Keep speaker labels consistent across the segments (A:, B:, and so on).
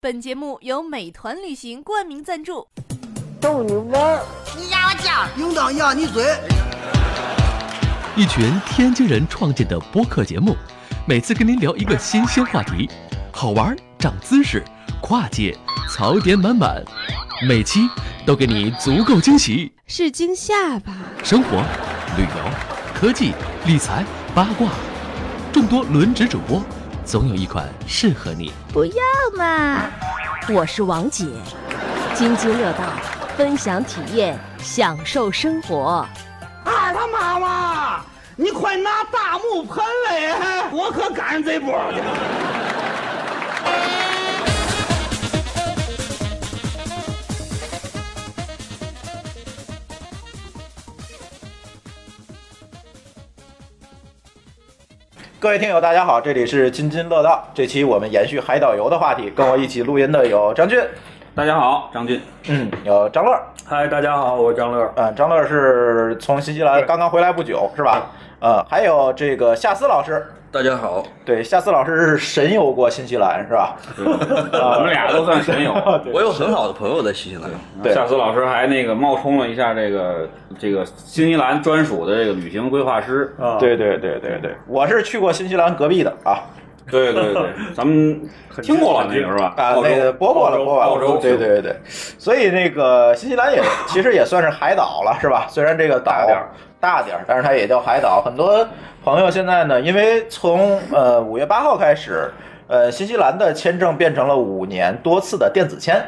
A: 本节目由美团旅行冠名赞助。
B: 逗你玩儿，
C: 你压我脚，
B: 应当压你嘴。
D: 一群天津人创建的播客节目，每次跟您聊一个新鲜话题，好玩、长姿势、跨界、槽点满满，每期都给你足够惊喜。
E: 是惊吓吧？
D: 生活、旅游、科技、理财、八卦，众多轮值主播，总有一款适合你。
E: 不要嘛！
F: 我是王姐，津津乐道，分享体验，享受生活。
B: 二他妈妈，你快拿大木盆来，我可赶上这波了。
G: 各位听友，大家好，这里是津津乐道。这期我们延续海岛游的话题，跟我一起录音的有张俊，
H: 大家好，张俊。
G: 嗯，有张乐，
H: 嗨，大家好，我是张乐。
G: 嗯、张乐是从新西兰刚刚回来不久，是吧？呃，还有这个夏思老师，
I: 大家好，
G: 对，夏思老师是神游过新西兰，是吧？
H: 我们俩都算神友。
I: 我有很好的朋友在新西兰，
G: 对
H: 夏思老师还那个冒充了一下这个这个新西兰专属的这个旅行规划师。啊，
G: 对对对对对，我是去过新西兰隔壁的啊
H: 对对 对，咱们听过了那个是吧？
G: 啊，
H: 澳洲
G: 那个播过了，播
H: 澳
G: 过
H: 洲嗯
G: 了，对对对，所以那个新西兰也其实也算是海岛了，是吧？虽然这个岛
H: 大点儿
G: 大点儿，但是它也叫海岛。很多朋友现在呢，因为从呃五月八号开始，呃新西兰的签证变成了五年多次的电子签，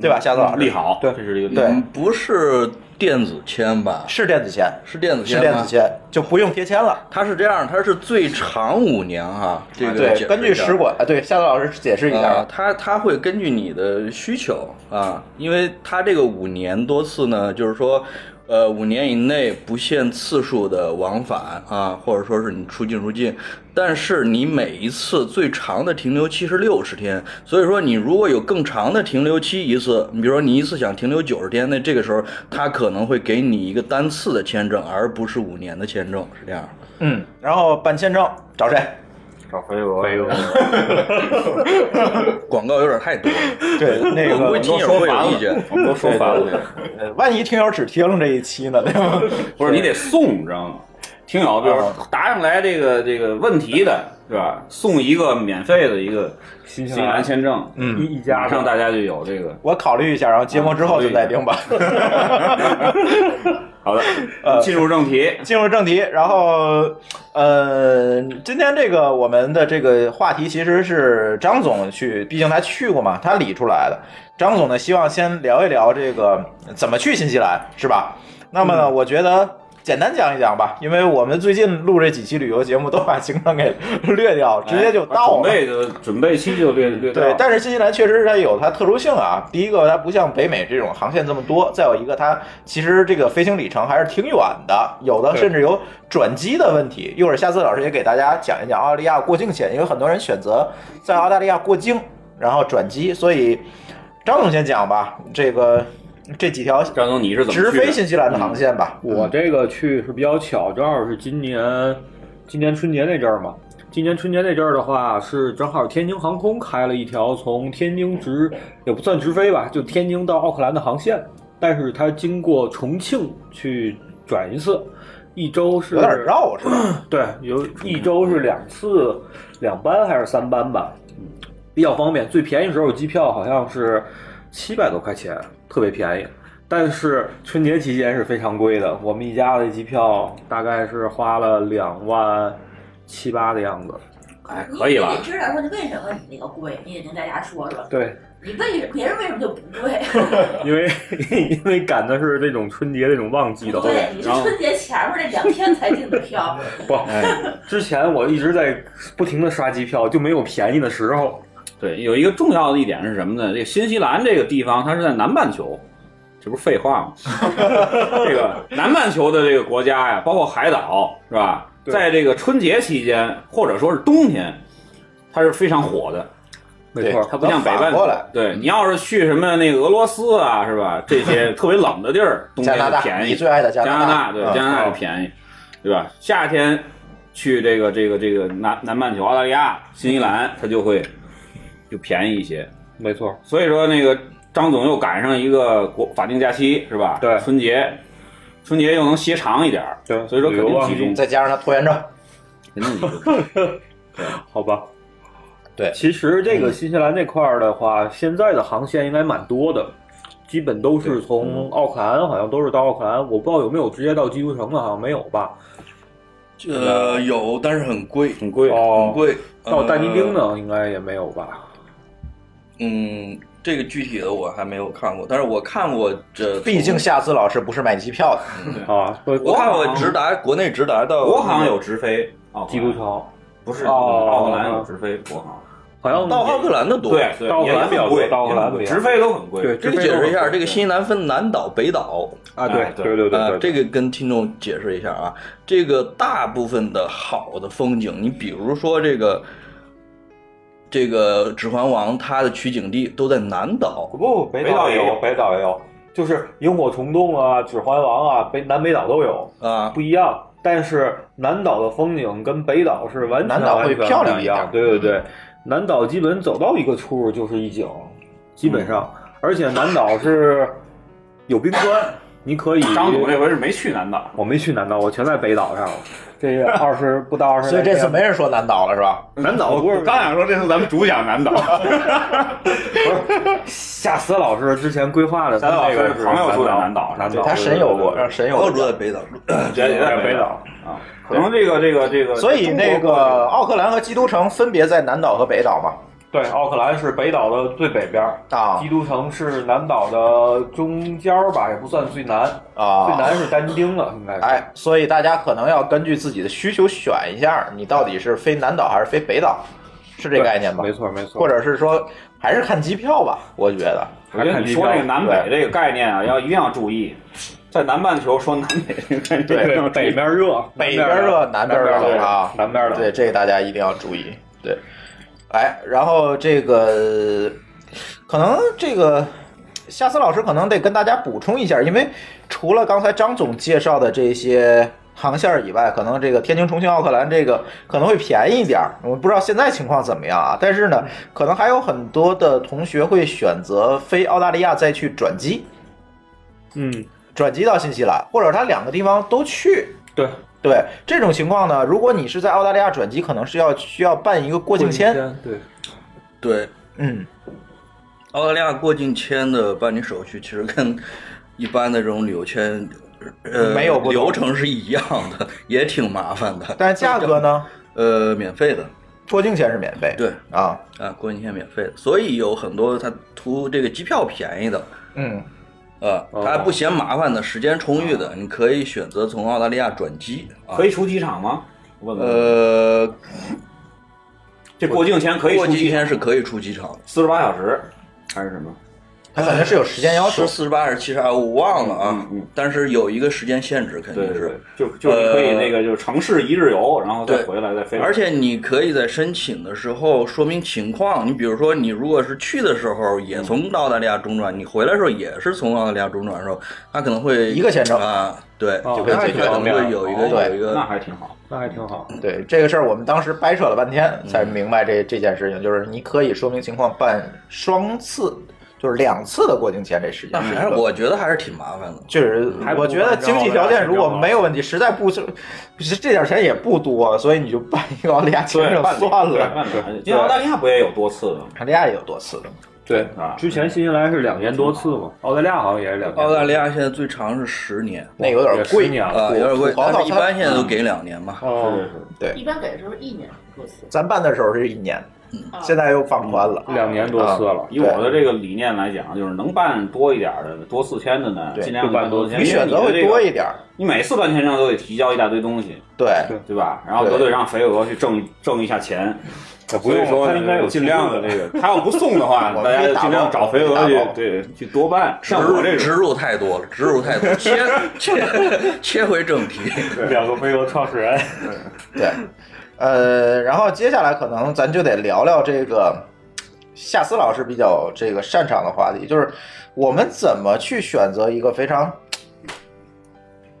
G: 对吧？夏子老师，
H: 嗯利好，
G: 对
H: 这是一个利好
G: 对
B: 哎
I: 嗯，不是电子签吧？
G: 是电子签，
I: 是电子
G: 是
I: 签
G: 电
I: 吗
G: 子？签，就不用贴签了。
I: 它是这样，它是最长五年哈。这个
G: 对，
I: 解释一下
G: 根据使馆啊，对，夏子老师解释一
I: 啊
G: 下，，
I: 它它会根据你的需求啊，因为它这个五年多次呢，就是说，呃，五年以内不限次数的往返啊，或者说是你出境入境，但是你每一次最长的停留期是六十天，所以说你如果有更长的停留期一次，你比如说你一次想停留九十天，那这个时候它可能会给你一个单次的签证，而不是五年的签证，是这样。
G: 嗯，然后办签证找谁？
H: 找飞蛾，飞蛾，
I: 广告有点太 多了，
G: 对，那
I: 我
G: 个
I: 估计听友会有意见。
H: 我们都说烦了这个。
G: 呃，万一听友只听这一期呢，对 吧？
H: 不是你得送，你知道吗？听友，比如说
G: 啊
H: 答上来这个这个问题的，是吧？送一个免费的一个新西兰签证，嗯，一家马上大家就有这个。
G: 我考虑一下，然后节目之后就再定吧。
H: 好的，
G: 呃
H: 进入正题，
G: 进入正题，然后，呃，今天这个我们的这个话题其实是张总去，毕竟他去过嘛，他理出来的。张总呢，希望先聊一聊这个怎么去新西兰，是吧？那么呢，
H: 嗯
G: 我觉得简单讲一讲吧，因为我们最近录这几期旅游节目都把行程给略掉，直接就到
H: 哎准
G: 了。
H: 备就准备期就略略
G: 对，
H: 到
G: 但是新西兰确实它有它特殊性啊。第一个，它不像北美这种航线这么多；再有一个，它其实这个飞行里程还是挺远的，有的
H: 对
G: 甚至有转机的问题。一会儿夏次老师也给大家讲一讲澳大利亚过境险，因为很多人选择在澳大利亚过境，然后转机。所以张总先讲吧，这个这几条
H: 张总你是怎么
G: 直
H: 去
G: 飞
H: 的？嗯
G: 新西兰的航线吧。
J: 我这个去是比较巧，正好是今年今年春节那阵儿嘛。今年春节那阵儿的话，是正好天津航空开了一条从天津直也不算直飞吧，就天津到奥克兰的航线，但是它经过重庆去转一次，一周是
G: 有点绕是吧？
J: 对，有一周是两次，两班还是三班吧，比较方便。最便宜时候机票好像是七百多块钱，特别便宜。但是春节期间是非常贵的，我们一家的机票大概是花了两万七八的样子。
H: 哎，可以了
K: 你得。知道说你为什么你那个贵，你也跟大家啊说说。
J: 对，
K: 你为什别人为什么就不贵？
J: 因为因为赶的是这种春节这种 旺季的话，
K: 对，你是春节前面那两天才订的票，
J: 不，之前我一直在不停的刷机票，就没有便宜的时候。
H: 对，有一个重要的一点是什么呢？这个新西兰这个地方，它是在南半球，这不是废 话吗？这个南半球的这个国家呀，包括海岛，是吧？
J: 对
H: 在这个春节期间，或者说是冬天，它是非常火的。
J: 没错，
H: 它不像北
G: 反
H: 半
G: 过
H: 球
G: 来。
H: 对你要是去什么那个俄罗斯啊，是吧？这 些特别冷的地儿，冬
G: 加
H: 天
G: 拿大，
H: 便宜。
G: 你最爱的加
H: 加
G: 拿
H: 拿大对
J: 啊
G: 嗯
H: 加拿大就便宜，对吧？夏天去这
J: 嗯
H: 个这个这个南南半球澳大利亚、新西兰，它就会就便宜一些。
J: 没错。
H: 所以说，那个张总又赶上一个国法定假期，是吧？
J: 对，
H: 春节，春节又能歇长一点儿，
J: 对，
H: 所以说肯
J: 旅游
H: 定
J: 旺季
H: 集中。
G: 再加上他拖延症，
J: 哎
H: 肯定集 中。
J: 好吧。
G: 对
J: 其实这个新西兰这块儿的话，现在的航线应该蛮多的，基本都是从奥克兰，好像都是到奥克兰，我不知道有没有直接到基督城的，好像没有吧？
I: 呃，有，但是很贵，
H: 很贵
J: 哦
I: 很贵。
J: 到
I: 呃
J: 但尼丁呢，应该也没有吧？
I: 嗯，这个具体的我还没有看过，但是我看过这，
G: 毕竟夏思老师不是买机票的。
J: 啊，我
I: 我看过直达国内直达到
H: 国航有直飞，奥克兰
J: 基督城，
H: 不是
J: 哦
H: 奥克兰有直飞，国航
J: 好像
I: 到奥克兰的多。
H: 对对，
J: 到奥克
H: 也
J: 兰比较
H: 很
J: 多
H: 贵，
J: 到奥克兰
H: 也很贵
J: 比较
H: 直飞都很贵。
J: 对
I: 这个解释一下，这个新西兰分南岛、北岛
J: 啊，对
H: 哎对
J: 对对
I: 啊、
J: 对，
I: 这
J: 个
I: 个跟听众解释一下啊。这个大部分的好的风景，你比如说这个这个《指环王》，它的取景地都在南岛。
J: 不北
H: 北岛也有
J: 北岛也有，就是萤火虫洞啊、指环王啊、北南北岛都有，
I: 啊
J: 不，一样。但是南岛的风景跟北岛是完全
G: 南岛会
J: 完全
G: 漂亮
J: 不一
G: 一点嗯
J: 样，对对对，南岛基本走到一个出入就是一景，基本上，
G: 嗯
J: 而且南岛是有冰川，你可以。
H: 张总这回是没去南岛，
J: 我没去南岛，我全在北岛上了。这个二十不到二十
G: 所
J: 来
G: 以
J: 天，
G: 这次没人说南岛了是吧？
J: 南岛哦不是
H: 刚想说这次咱们主讲南 岛，
J: 夏思老师之前规划的，
H: 夏思老师
J: 那个是
H: 朋友住在南
J: 南
H: 岛
J: 南岛
G: 他神游过，让神游
I: 我
G: 过
I: 住在北岛。
H: 也也在
J: 北
H: 岛
J: 岛。
H: 啊。可能这个这个这个，
G: 所以那
H: 中国
G: 个奥克兰和基督城分别在南岛和北岛嘛？
J: 对，奥克兰是北岛的最北边儿，
G: 啊
J: 基督城是南岛的中间儿吧，也不算最南，最
G: 啊，
J: 南是丹丁了，应该是。
G: 哎，所以大家可能要根据自己的需求选一下，你到底是飞南岛还是飞北岛，是这
J: 对，
G: 概念吧
J: 没？错没错。
G: 或者是说还是看机票吧？我觉得
H: 我觉得你说这个南北这个概念啊，要一定要注意，在南半球说南北这个概念，
J: 对对北边热，
G: 北边儿热，南边
J: 边
G: 儿
J: 儿
G: 冷
J: 冷
G: 啊，
J: 南边儿冷。
G: 对，这个大家一定要注意。对，哎，然后这个可能这个夏思老师可能得跟大家补充一下，因为除了刚才张总介绍的这些航线儿以外，可能这个天津、重庆、奥克兰这个可能会便宜一点儿。我不知道现在情况怎么样啊，但是呢，可能还有很多的同学会选择飞澳大利亚再去转机，
J: 嗯，
G: 转机到新西兰，或者他两个地方都去。
J: 对，
G: 对这种情况呢，如果你是在澳大利亚转机，可能是要需要办一个过境签。，
J: 对，
I: 对，
G: 嗯，
I: 澳大利亚过境签的办理手续其实跟一般的这种旅游签。呃，
G: 没有不同
I: 流程是一样的，也挺麻烦的。
G: 但是价格呢，
I: 呃，免费的，
G: 过境签是免费。
I: 对
G: 啊，
I: 啊，过境签免费的，所以有很多他图这个机票便宜的，
G: 嗯，
I: 啊，
J: 哦
I: 他不嫌麻烦的，时间充裕的，你可以选择从澳大利亚转机啊。
H: 可以出机场吗？问问，
I: 呃，
H: 这过境前可以出
I: 过
H: 机
I: 境
H: 场
I: 签是可以出机场的，
H: 四十八小时还是什么？
G: 它肯定是有时间要求
I: 是。四十八还是七十二，我忘了啊
H: 嗯嗯嗯。
I: 但是有一个时间限制，肯定
H: 对对
I: 是呃
H: 对。，就就是你可以那个就是城市一日游，然后再
I: 对
H: 回来再飞。
I: 而且你可以在申请的时候说明情况，你比如说你如果是去的时候也从澳大利亚中转，你回来的时候也是从澳大利亚中转的时候，他可能会
G: 一个签证
I: 啊，对，
J: 哦
I: 就
G: 那还
I: 会
G: 挺
I: 可能
G: 方便
I: 会有一个
G: 对
I: 有一
H: 那
I: 个
H: 还挺好。
J: 那还挺好。
G: 对这个事儿，我们当时掰扯了半天才明白这、这件事情，就是你可以说明情况办双次，就是两次的过境签这时间
I: 但
G: 是一
I: 还是
G: 个。
I: 我觉得还是挺麻烦的。
G: 确实，我觉得经济条件如果没有问题，实在不是 这点钱也不多，所以你就办一个澳大利亚签证
H: 办理
G: 算
H: 对
G: 了。
H: 办理。因为澳大利亚不也有多次的吗？
G: 澳大利亚也有多次的，
J: 对
H: 啊
J: 之前新西兰是两年多次嘛，澳大利亚好像也是两年。
I: 澳大利亚现在最长是十年，
G: 那个有点
J: 也
G: 贵
J: 十年
I: 啊，
G: 土
I: 有点贵，
G: 土豪
I: 但
G: 套
I: 是一般
G: 餐
I: 现在都给两年嘛。
J: 哦，
H: 是是
G: 对
K: 一，般给的时候一年多次，
G: 咱办的时候是一年，
I: 嗯
K: 啊
G: 现在又放宽了。啊
J: 两年多
I: 哦
J: 次了。
H: 以我的这个理念来讲，就是能办多一点儿的、多四千的呢，
G: 对
H: 尽量
J: 就办多
H: 多四千。
G: 你
H: 因为
G: 选
H: 你
G: 择
H: 的
G: 会
H: 这
G: 多
H: 个，
G: 一点儿，
H: 你每次办签证都得提交一大堆东西，
G: 对
J: 对
H: 对吧？然后
G: 对
H: 都得让肥鹅去挣挣一下钱。
J: 也不
H: 所以
J: 用
H: 说
J: 他应该有
H: 尽量的
J: 那
H: 那个，他要不送的话，
G: 我
H: 大家就尽量找肥鹅
G: 我可以打
H: 去
G: 包，
H: 对，去多办。
I: 植
H: 像我这
I: 入植
H: 种，
I: 入太多了，植入太多，切切切回正题。
J: 两个飞鹅创始人。
G: 对，呃，然后接下来可能咱就得聊聊这个夏思老师比较这个擅长的话题，就是我们怎么去选择一个非常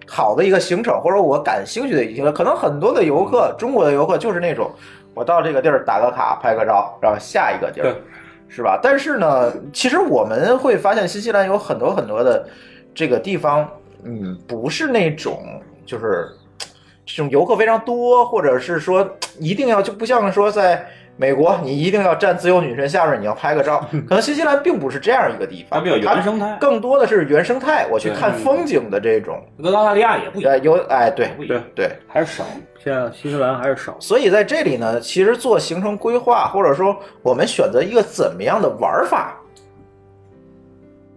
G: 好的一个行程，或者我感兴趣的一个，可能很多的游
H: 嗯
G: 客，中国的游客就是那种，我到这个地儿打个卡拍个照，然后下一个地儿
J: 对。
G: 是吧？但是呢，其实我们会发现新西兰有很多很多的这个地方，嗯，不是那种就是这种游客非常多，或者是说一定要就不像说在美国，你一定要站自由女神下面你要拍个 照，可能新西兰并不是这样一个地方，
H: 它比较原生态，
G: 更多的是原生态，我去
H: 对
G: 看风景的这种。
H: 跟澳大利亚也不一样，
G: 对，有哎，对
H: 不一
G: 对
H: 样
G: 对，
J: 还是少，现在新西兰还是少。
G: 所以在这里呢，其实做行程规划，或者说我们选择一个怎么样的玩法，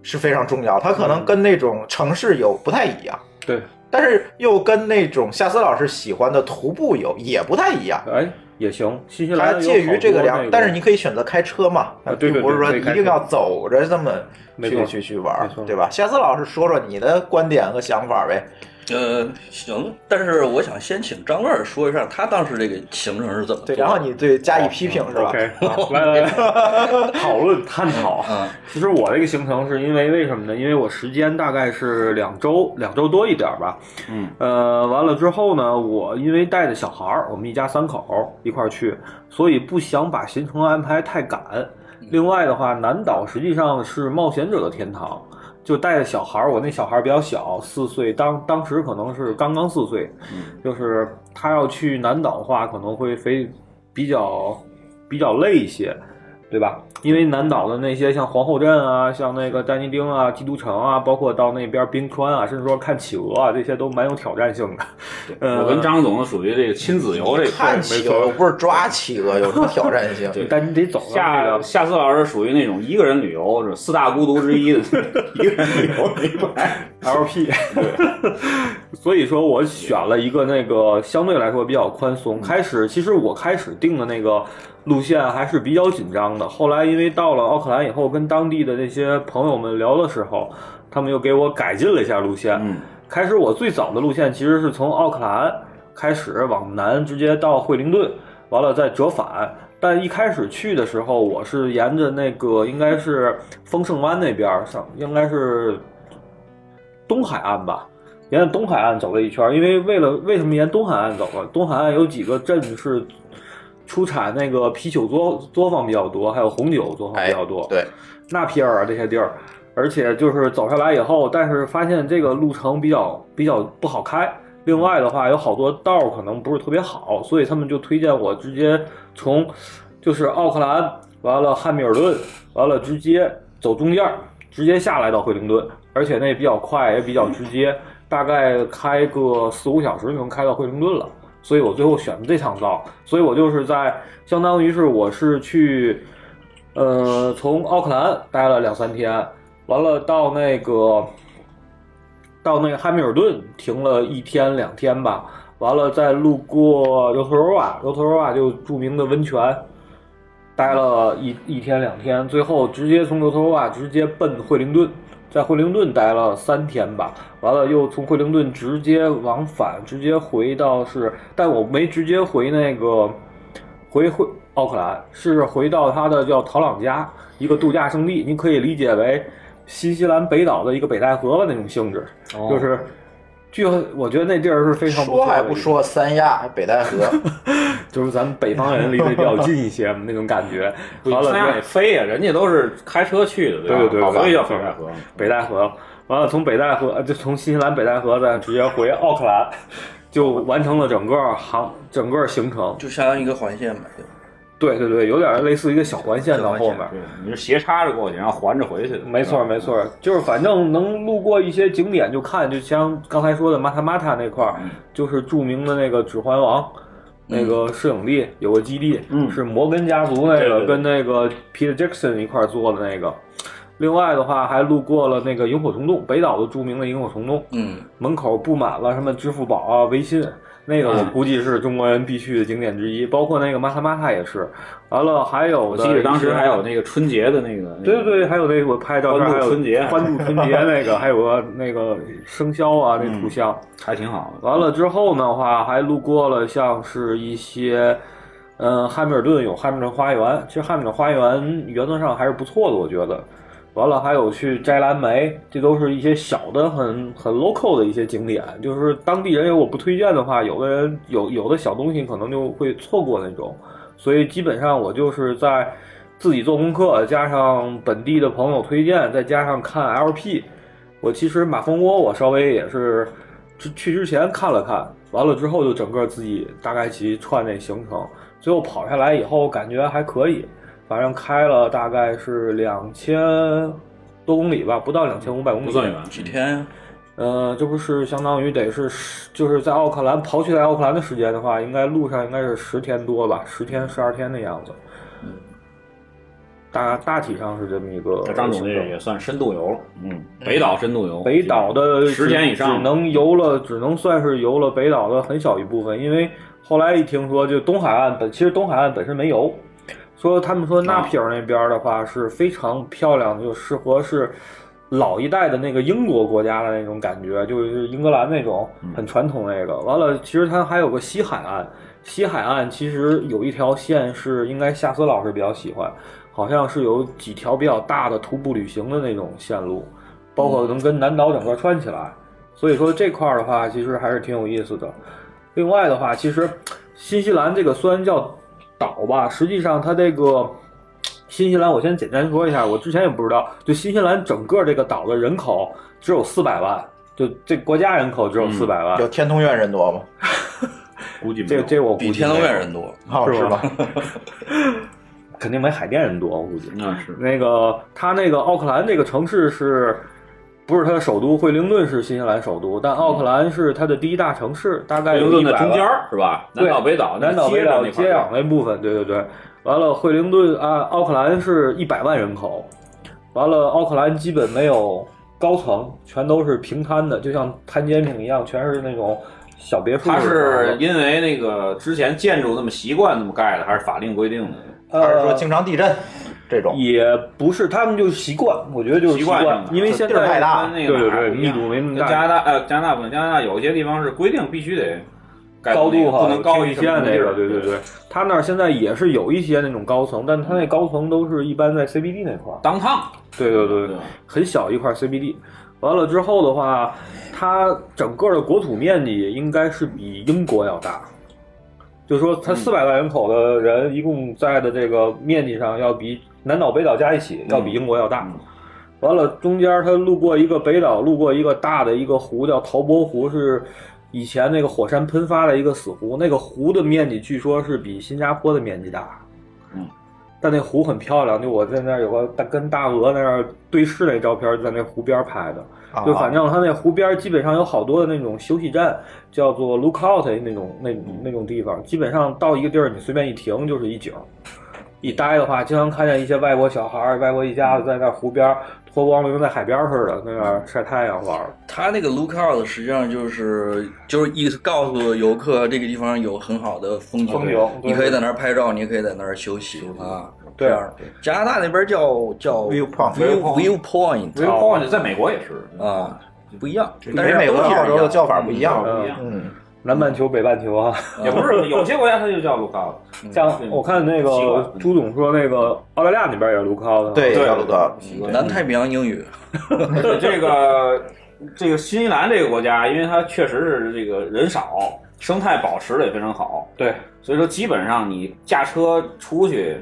G: 是非常重要。它可能跟那种城市游不太一样，
J: 对，
G: 但是又跟那种夏思老师喜欢的徒步游也不太一样。
J: 哎，也行。新西
G: 它
J: 兰有
G: 介于这
J: 好多
G: 两，
J: 那
G: 但是你可以选择开车嘛，
J: 啊对对对
G: 并不是说
J: 可以
G: 一
J: 开车
G: 定要走着这么
J: 没
G: 去
J: 错
G: 去去玩
J: 没错，
G: 对吧？夏思老师说说你的观点和想法呗。
I: 呃，行，但是我想先请张乐说一下他当时这个行程是怎么做
G: 对，
I: 的。
G: 然后你对加以批评是吧？
J: 哦 OK，来来 来，讨论探讨。
I: 嗯
J: 其实我这个行程是因为为什么呢？因为我时间大概是两周，两周多一点儿吧。
H: 嗯，
J: 呃，完了之后呢，我因为带着小孩儿，我们一家三口儿一块儿去，所以不想把行程安排太赶。另外的话，南岛实际上是冒险者的天堂，就带着小孩儿，我那小孩儿比较小，四岁，当当时可能是刚刚四岁，就是他要去南岛的话，可能会非比较比较累一些，对吧？因为南岛的那些像皇后镇啊，像那个丹尼丁啊、基督城啊，包括到那边冰川啊，甚至说看企鹅啊，这些都蛮有挑战性的。呃，
H: 嗯我跟张总属于这个亲子游这一块
G: 看
H: 儿，
G: 企鹅又不是抓企鹅，有什么挑战性？
H: 对
J: 但你得走到那
H: 夏
J: 个
H: 夏思老师属于那种一个人旅游，是四大孤独之一的 一个人旅游这一块儿。
J: LP，所以说我选了一个那个相对来说比较宽松。开始其实我开始定的那个路线还是比较紧张的，后来因为到了奥克兰以后，跟当地的那些朋友们聊的时候，他们又给我改进了一下路线。
H: 嗯，
J: 开始我最早的路线其实是从奥克兰开始往南，直接到惠灵顿，完了再折返。但一开始去的时候，我是沿着那个应该是丰盛湾那边儿上，应该是东海岸吧，沿着东海岸走了一圈儿。因为为了为什么沿东海岸走啊？东海岸有几个镇是出产那个啤酒作作坊比较多，还有红酒作坊比较多。
G: 对，
J: 纳皮尔啊这些地儿，而且就是走下来以后，但是发现这个路程比较比较不好开。另外的话，有好多道儿可能不是特别好，所以他们就推荐我直接从就是奥克兰，完了汉密尔顿，完了直接走中间儿，直接下来到惠灵顿，而且那也比较快，也比较直接，大概开个四五小时就能开到惠灵顿了。所以我最后选的这趟道，所以我就是在相当于是我是去，呃，从奥克兰待了两三天，完了到那个到那个汉密尔顿停了一天两天吧，完了再路过尤托罗瓦，尤托罗瓦就著名的温泉，待了一一天两天，最后直接从尤托罗瓦直接奔惠灵顿，在惠灵顿待了三天吧，完了又从惠灵顿直接往返，直接回到是，但我没直接回那个回回奥克兰，是回到它的叫陶朗加一个度假胜地，你可以理解为新西兰北岛的一个北戴河的那种性质，就是。据我觉得那地儿是非常不
G: 哦说
J: 错的
G: 还不
J: 一个
G: 说三亚、北戴河，
J: 就是咱们北方人离得比较近一些那种感 觉。完了
H: 三亚
J: 之
H: 也飞呀，人家都是开车去的，
J: 对
H: 吧？
J: 对对
H: 好
J: 对
H: 所以叫北
J: 对
H: 戴河。
J: 北戴河，完了从北戴河呃就从新西兰北戴河再直接回奥克兰，就完成了整个航整个行程。
I: 就相当于一个环线吧。
J: 对对对，有点类似一个小环线到后面。
H: 对，你是斜插着过去，然后环着回去的。
J: 没错，没错，就是反正能路过一些景点就看，就像刚才说的马塔马塔那块
H: 嗯
J: 儿，就是著名的那个《指环王》那个摄影地有个基地，
H: 嗯
J: 是摩根家族那
H: 对对
J: 个
H: 对
J: 跟那个 Peter Jackson 一块儿做的那个。另外的话，还路过了那个萤火虫洞，北岛的著名的萤火虫洞，
I: 嗯，
J: 门口布满了什么支付宝啊、微信，那个
H: 嗯
J: 我估计是中国人必去的景点之一，包括那个马塔马塔也是。完了，还有
H: 我
J: 的
H: 记得当时
J: 一些
H: 还有那个春节的那个，那
J: 对
H: 个
J: 对对，还有那个我拍照片，
H: 欢度
J: 还有
H: 春节
J: 欢度春节那个，还有个那个生肖啊，那
H: 嗯
J: 图像。
H: 还挺好的。
J: 完了之后的话，还路过了像是一些，嗯，汉密尔顿有汉密尔顿花园，其实汉密尔顿花园原则上还是不错的，我觉得。完了，还有去摘蓝莓，这都是一些小的、很很 local 的一些景点。就是当地人如果不推荐的话，有的人有有的小东西可能就会错过那种。所以基本上我就是在自己做功课，加上本地的朋友推荐，再加上看 LP，我其实马蜂窝我稍微也是去去之前看了看，完了之后就整个自己大概其串那行程，最后跑下来以后感觉还可以，反正开了大概是两千多公里吧，不到两千五百公里，
H: 不算远
I: 几天啊呀？
J: 呃，这不是相当于得是十，就是在奥克兰刨去在奥克兰的时间的话，应该路上应该是十天多吧，十天十二天的样子。
H: 嗯
J: 大大体上是这么一个。
H: 张总这也算深度游了，嗯，北岛深度游，
J: 北岛的
H: 十天以上
J: 只能游了，只能算是游了北岛的很小一部分，因为后来一听说，就东海岸本其实东海岸本身没游，说他们说
H: 啊
J: 纳皮尔那边的话是非常漂亮的，就适合是老一代的那个英国国家的那种感觉，就是英格兰那种
H: 嗯
J: 很传统那个。完了，其实它还有个西海岸，西海岸其实有一条线是应该夏思老师比较喜欢，好像是有几条比较大的徒步旅行的那种线路，包括能跟南岛整个串起来。所以说这块儿的话，其实还是挺有意思的。另外的话，其实新西兰这个虽然叫岛吧，实际上它这个新西兰，我先简单说一下，我之前也不知道，就新西兰整个这个岛的人口只有四百万，就这国家人口只有四百万，
G: 有天通苑人多吗？
H: 估计没
J: 这
H: 有
J: 这我
I: 比天龙
J: 通
I: 苑人多。
G: 哦，
J: 是
G: 是
J: 吧
G: 吧？
J: 肯定没海淀人多，我估计。
H: 那是
J: 那个他那个奥克兰这个城市是，不是它的首都？惠灵顿是新西兰首都，但奥克兰是它的第一大城市，大
H: 嗯
J: 概
H: 惠
J: 有
H: 灵顿的
J: 100万
H: 中间儿是吧？南
J: 对
H: 岛北岛，
J: 南岛
H: 接
J: 北
H: 着
J: 岛
H: 那块
J: 接
H: 儿
J: 壤那部分，对对对。完了，惠灵顿啊，奥克兰是一百万人口，完了，奥克兰基本没有高层，全都是平摊的，就像摊煎饼一样，全是那种小别墅。
H: 它是因为那个之前建筑那么习惯那么盖的，还是法令规定的？
J: 呃
G: 还是说经常地震这种？
J: 也不是，他们就习惯，我觉得就是
H: 习
J: 惯，
H: 惯性的
J: 因为现在
G: 地儿太大
H: 跟那个
J: 啊对对
H: 哪儿
J: 对，
H: 不一
J: 密
H: 样
J: 度没那么
H: 跟加拿
J: 大，
H: 大呃，加拿大不能，加拿大有些地方是规定必须得盖到
J: 高
H: 那个
J: 度哈
H: 不能高于
J: 于现在
H: 那
J: 那个，对对对。，他那儿现在也是有一些那种高层，但他那高层都是一般在 CBD 那块儿，
H: 当烫，
J: 对对对
H: 对吧
J: 很小一块 CBD。完了之后的话，它整个的国土面积应该是比英国要大，就是说它四百万人口的人，一共在的这个面积上要比南岛北岛加一起要比英国要大。完了，中间它路过一个北岛，路过一个大的一个湖，叫陶波湖，是以前那个火山喷发的一个死湖。那个湖的面积据说是比新加坡的面积大。但那湖很漂亮，就我在那儿有个大跟大鹅在那儿对视那照片，在那湖边拍的。
G: 啊
J: 就反正它那湖边基本上有好多的那种休息站，叫做 lookout 那种那那种地方，基本上到一个地儿你随便一停就是一景儿。一待的话，经常看见一些外国小孩儿、外国一家子在那湖边脱光了，跟在海边似的，在那儿晒太阳玩儿。
I: 他那个 lookout 实际上就是就是意思告诉游客这个地方有很好的风景，
J: 风景对
I: 你可以在那儿拍照，你也可以在那儿休息啊。
J: 对
I: 这样的加拿大那边叫叫
G: Viewpoint
I: view viewpoint
H: 围
J: 哦
H: 包在美国也是，
J: 嗯
I: 啊，不一样，
G: 但是
I: 美
G: 每
I: 国
G: 个澳洲的叫法不一样。
H: 不一样，
G: 嗯，
J: 南半球、北半球啊，
H: 也不是有些国家它就叫 lookout，
J: 嗯像我看那
H: 习惯
J: 个朱总说，那个澳大利亚那边也 lookout 啊的。
G: 对，
H: 对
G: 叫路德。
H: 习惯
I: 南太平洋英语
J: 嗯
H: 而且这个这个新西兰这个国家，因为它确实是这个人少，生态保持的也非常好，
J: 对，
H: 所以说基本上你驾车出去，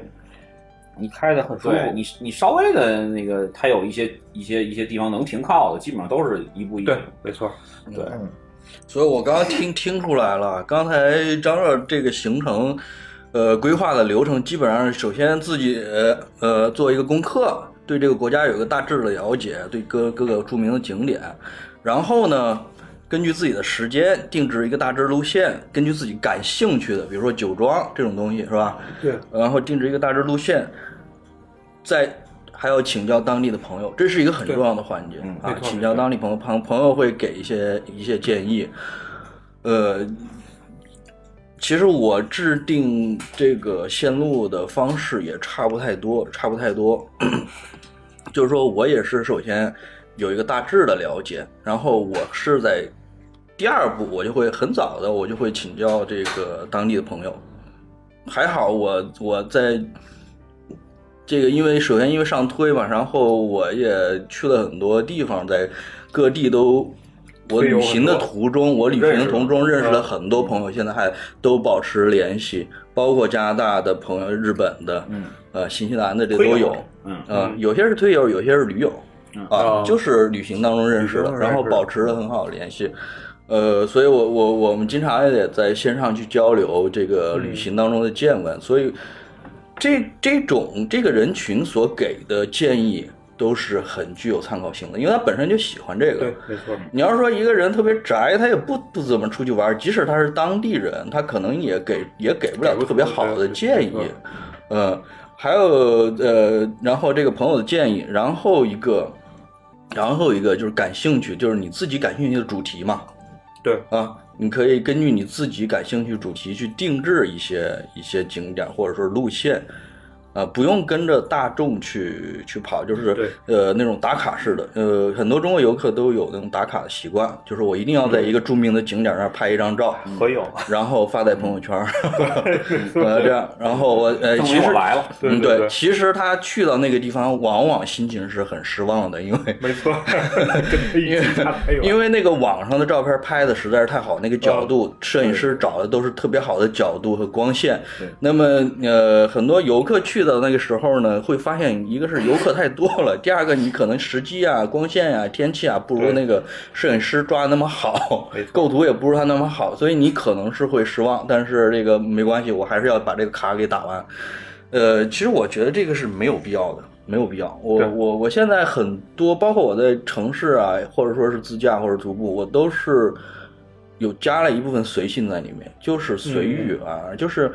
J: 你开的很舒服。
H: 对你你稍微的那个，它有一些一些一些地方能停靠的，基本上都是一步一步
J: 对，没错。
H: 对
G: 嗯
I: 所以我刚刚听听出来了，刚才张乐这个行程，呃，规划的流程基本上是首先自己呃做一个功课，对这个国家有个大致的了解，对各各个著名的景点，然后呢，根据自己的时间定制一个大致路线，根据自己感兴趣的，比如说酒庄这种东西是吧？
J: 对，
I: 然后定制一个大致路线，再还要请教当地的朋友，这是一个很重要的环节啊
J: 没。错
I: 请教当地朋友，朋朋友会给一些一些建议。呃，其实我制定这个线路的方式也差不太多，差不太多。 就是说我也是首先有一个大致的了解，然后我是在第二步，我就会很早的，我就会请教这个当地的朋友。还好我我在这个，因为首先因为上推嘛，然后我也去了很多地方，在各地都。我旅行的途中，我旅行的途中认识了很多朋友，现在还都保持联系，包括加拿大的朋友、日本的，呃新西兰的这都有，
H: 嗯
I: 呃，有些是推友，有些是驴友，啊
J: 哦，
I: 就是旅行当中认识
J: 旅
I: 的，
J: 行当中
I: 然后
J: 认识的
I: 保持了很好的联系。呃，所以我我我们经常也得在线上去交流这个旅行当中的见闻，所以这这种这个人群所给的建议都是很具有参考性的，因为他本身就喜欢这个。
J: 对，没错。
I: 你要是说一个人特别宅，他也不不怎么出去玩，即使他是当地人，他可能也给也给不了特别好的建议。嗯，还有呃，然后这个朋友的建议，然后一个，然后一个就是感兴趣，就是你自己感兴趣的主题嘛。
J: 对
I: 啊，你可以根据你自己感兴趣主题去定制一些一些景点或者说路线。啊，不用跟着大众去去跑，就是呃那种打卡式的，呃，很多中国游客都有那种打卡的习惯，就是我一定要在一个著名的景点那儿拍一张照，嗯
J: 合影，
I: 然后发在朋友 圈儿，呃这样，然后我呃
H: 证明
I: 其实
H: 我来了
J: 对
I: 嗯
J: 对对
I: 其实他去到那个地方，往往心情是很失望的，因为
J: 没错，跟他一起搭配
I: 因为那个网上的照片拍的实在是太好，那个角度，摄影师找的都是特别好的角度和光线。那么，呃，很多游客去的那个时候呢，会发现一个是游客太多了， 第二个你可能时机啊、光线啊、天气啊，不如那个摄影师抓的那么好
J: 没错，
I: 构图也不如他那么好，所以你可能是会失望。但是这个没关系，我还是要把这个卡给打完。呃，其实我觉得这个是没有必要的，没有必要。我
J: 对
I: 我我现在很多，包括我在城市啊，或者说是自驾或者徒步，我都是有加了一部分随性在里面，就是
J: 嗯
I: 随遇啊，就是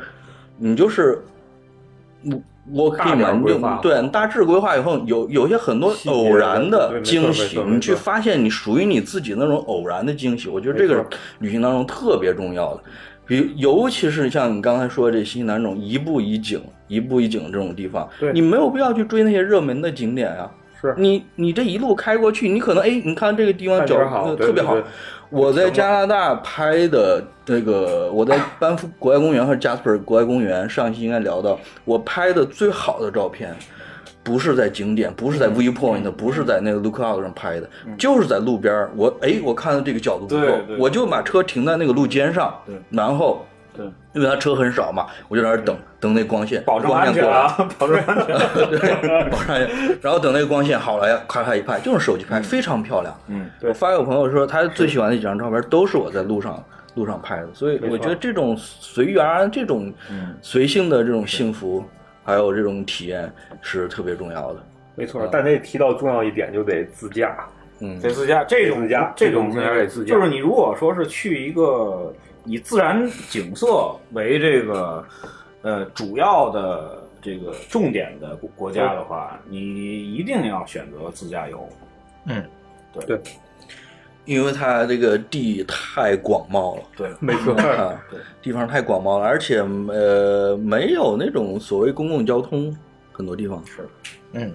I: 你就是我我可以
J: 大点
I: 蛮
J: 规
I: 定
J: 划
I: 对你大致规划以后，有有些很多
J: 细节
I: 偶然
J: 对没错
I: 惊
J: 没
I: 喜，
J: 错没
I: 你去
J: 错
I: 发现你属于你自己那种偶然的惊喜，我觉得这个
J: 没
I: 是
J: 错
I: 旅行当中特别重要的。比如，尤其是像你刚才说的这新西兰这种一步一景、一步一景这种地方，
J: 对
I: 你没有必要去追那些热门的景点啊。
J: 是
I: 你你这一路开过去，你可能哎，你看这个地方
J: 看
I: 角
J: 这儿好
I: 呃
J: 对
I: 特别
J: 对
I: 好
J: 对。
I: 我在加拿大拍的这个，我在班夫国家公园和加斯伯国家公园上期应该聊到，我拍的最好的照片，不是在景点，不是
H: 嗯
I: 在 viewpoint，不是在那个 lookout 上拍的，就是在路边儿。我哎，我看到这个角度不错
H: 对对，
I: 我就把车停在那个路肩上，然后
H: 对，
I: 因为它车很少嘛，我就在那儿等等那光线，
H: 保证
I: 光
H: 安
I: 线
H: 全
I: 过来，
H: 啊，保证安全。
I: 对，往上一，然后等那个光线好了呀，咔咔一拍，就是手机拍，非常漂亮。
H: 嗯，
I: 我发给我朋友说，他最喜欢的几张照片都是我在路上路上拍的，所以我觉得这种随遇而安、这种随性的这种幸福，还有这种体验是特别重要的。
J: 没错。但得提到重要一点，就得自驾。
I: 嗯，
H: 得自驾这种
J: 自驾
H: 这种
J: 自驾得自驾
H: 就是你如果说是去一个以自然景色为这个呃主要的这个重点的国国家的话，你一定要选择自驾游。
I: 因为它这个地太广袤了。
H: 对，
J: 没错，
I: 啊
H: 对，
I: 地方太广袤了，而且呃，没有那种所谓公共交通，很多地方是
G: 嗯，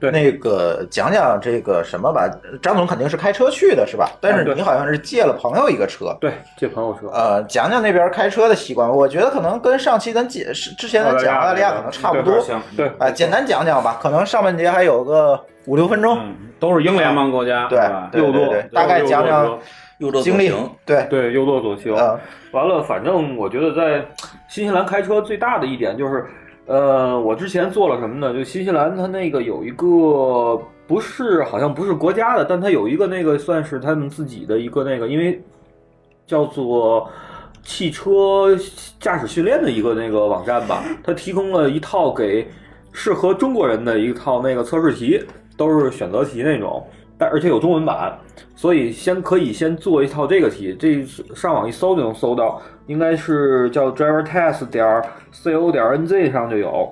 J: 对
G: 那个讲讲这个什么吧，张总肯定是开车去的是吧？但是
J: 对
G: 你好像是借了朋友一个车。
J: 对，这朋友说，
G: 呃，讲讲那边开车的习惯，我觉得可能跟上期咱解是之前咱讲澳大利亚可能差不多
H: 对，像
J: 对
G: 啊，简单讲讲吧，可能上半节还有个五六分钟，
H: 嗯，都是英联邦国家，
G: 对
H: 是吧
G: 对
J: 右
G: 对
J: 舵
G: 对，大概讲讲
I: 右舵
G: 经历，对，
J: 对，右舵左行。
G: 呃，
J: 完了，反正我觉得在新西兰开车最大的一点就是，呃，我之前做了什么呢？就新西兰它那个有一个不是好像不是国家的，但它有一个那个算是他们自己的一个那个，因为叫做。汽车驾驶训练的一个那个网站吧，它提供了一套给适合中国人的一套那个测试题，都是选择题那种，但而且有中文版。所以先可以先做一套这个题，这上网一搜就能搜到，应该是叫 driver test 点 co 点 nz 上就有。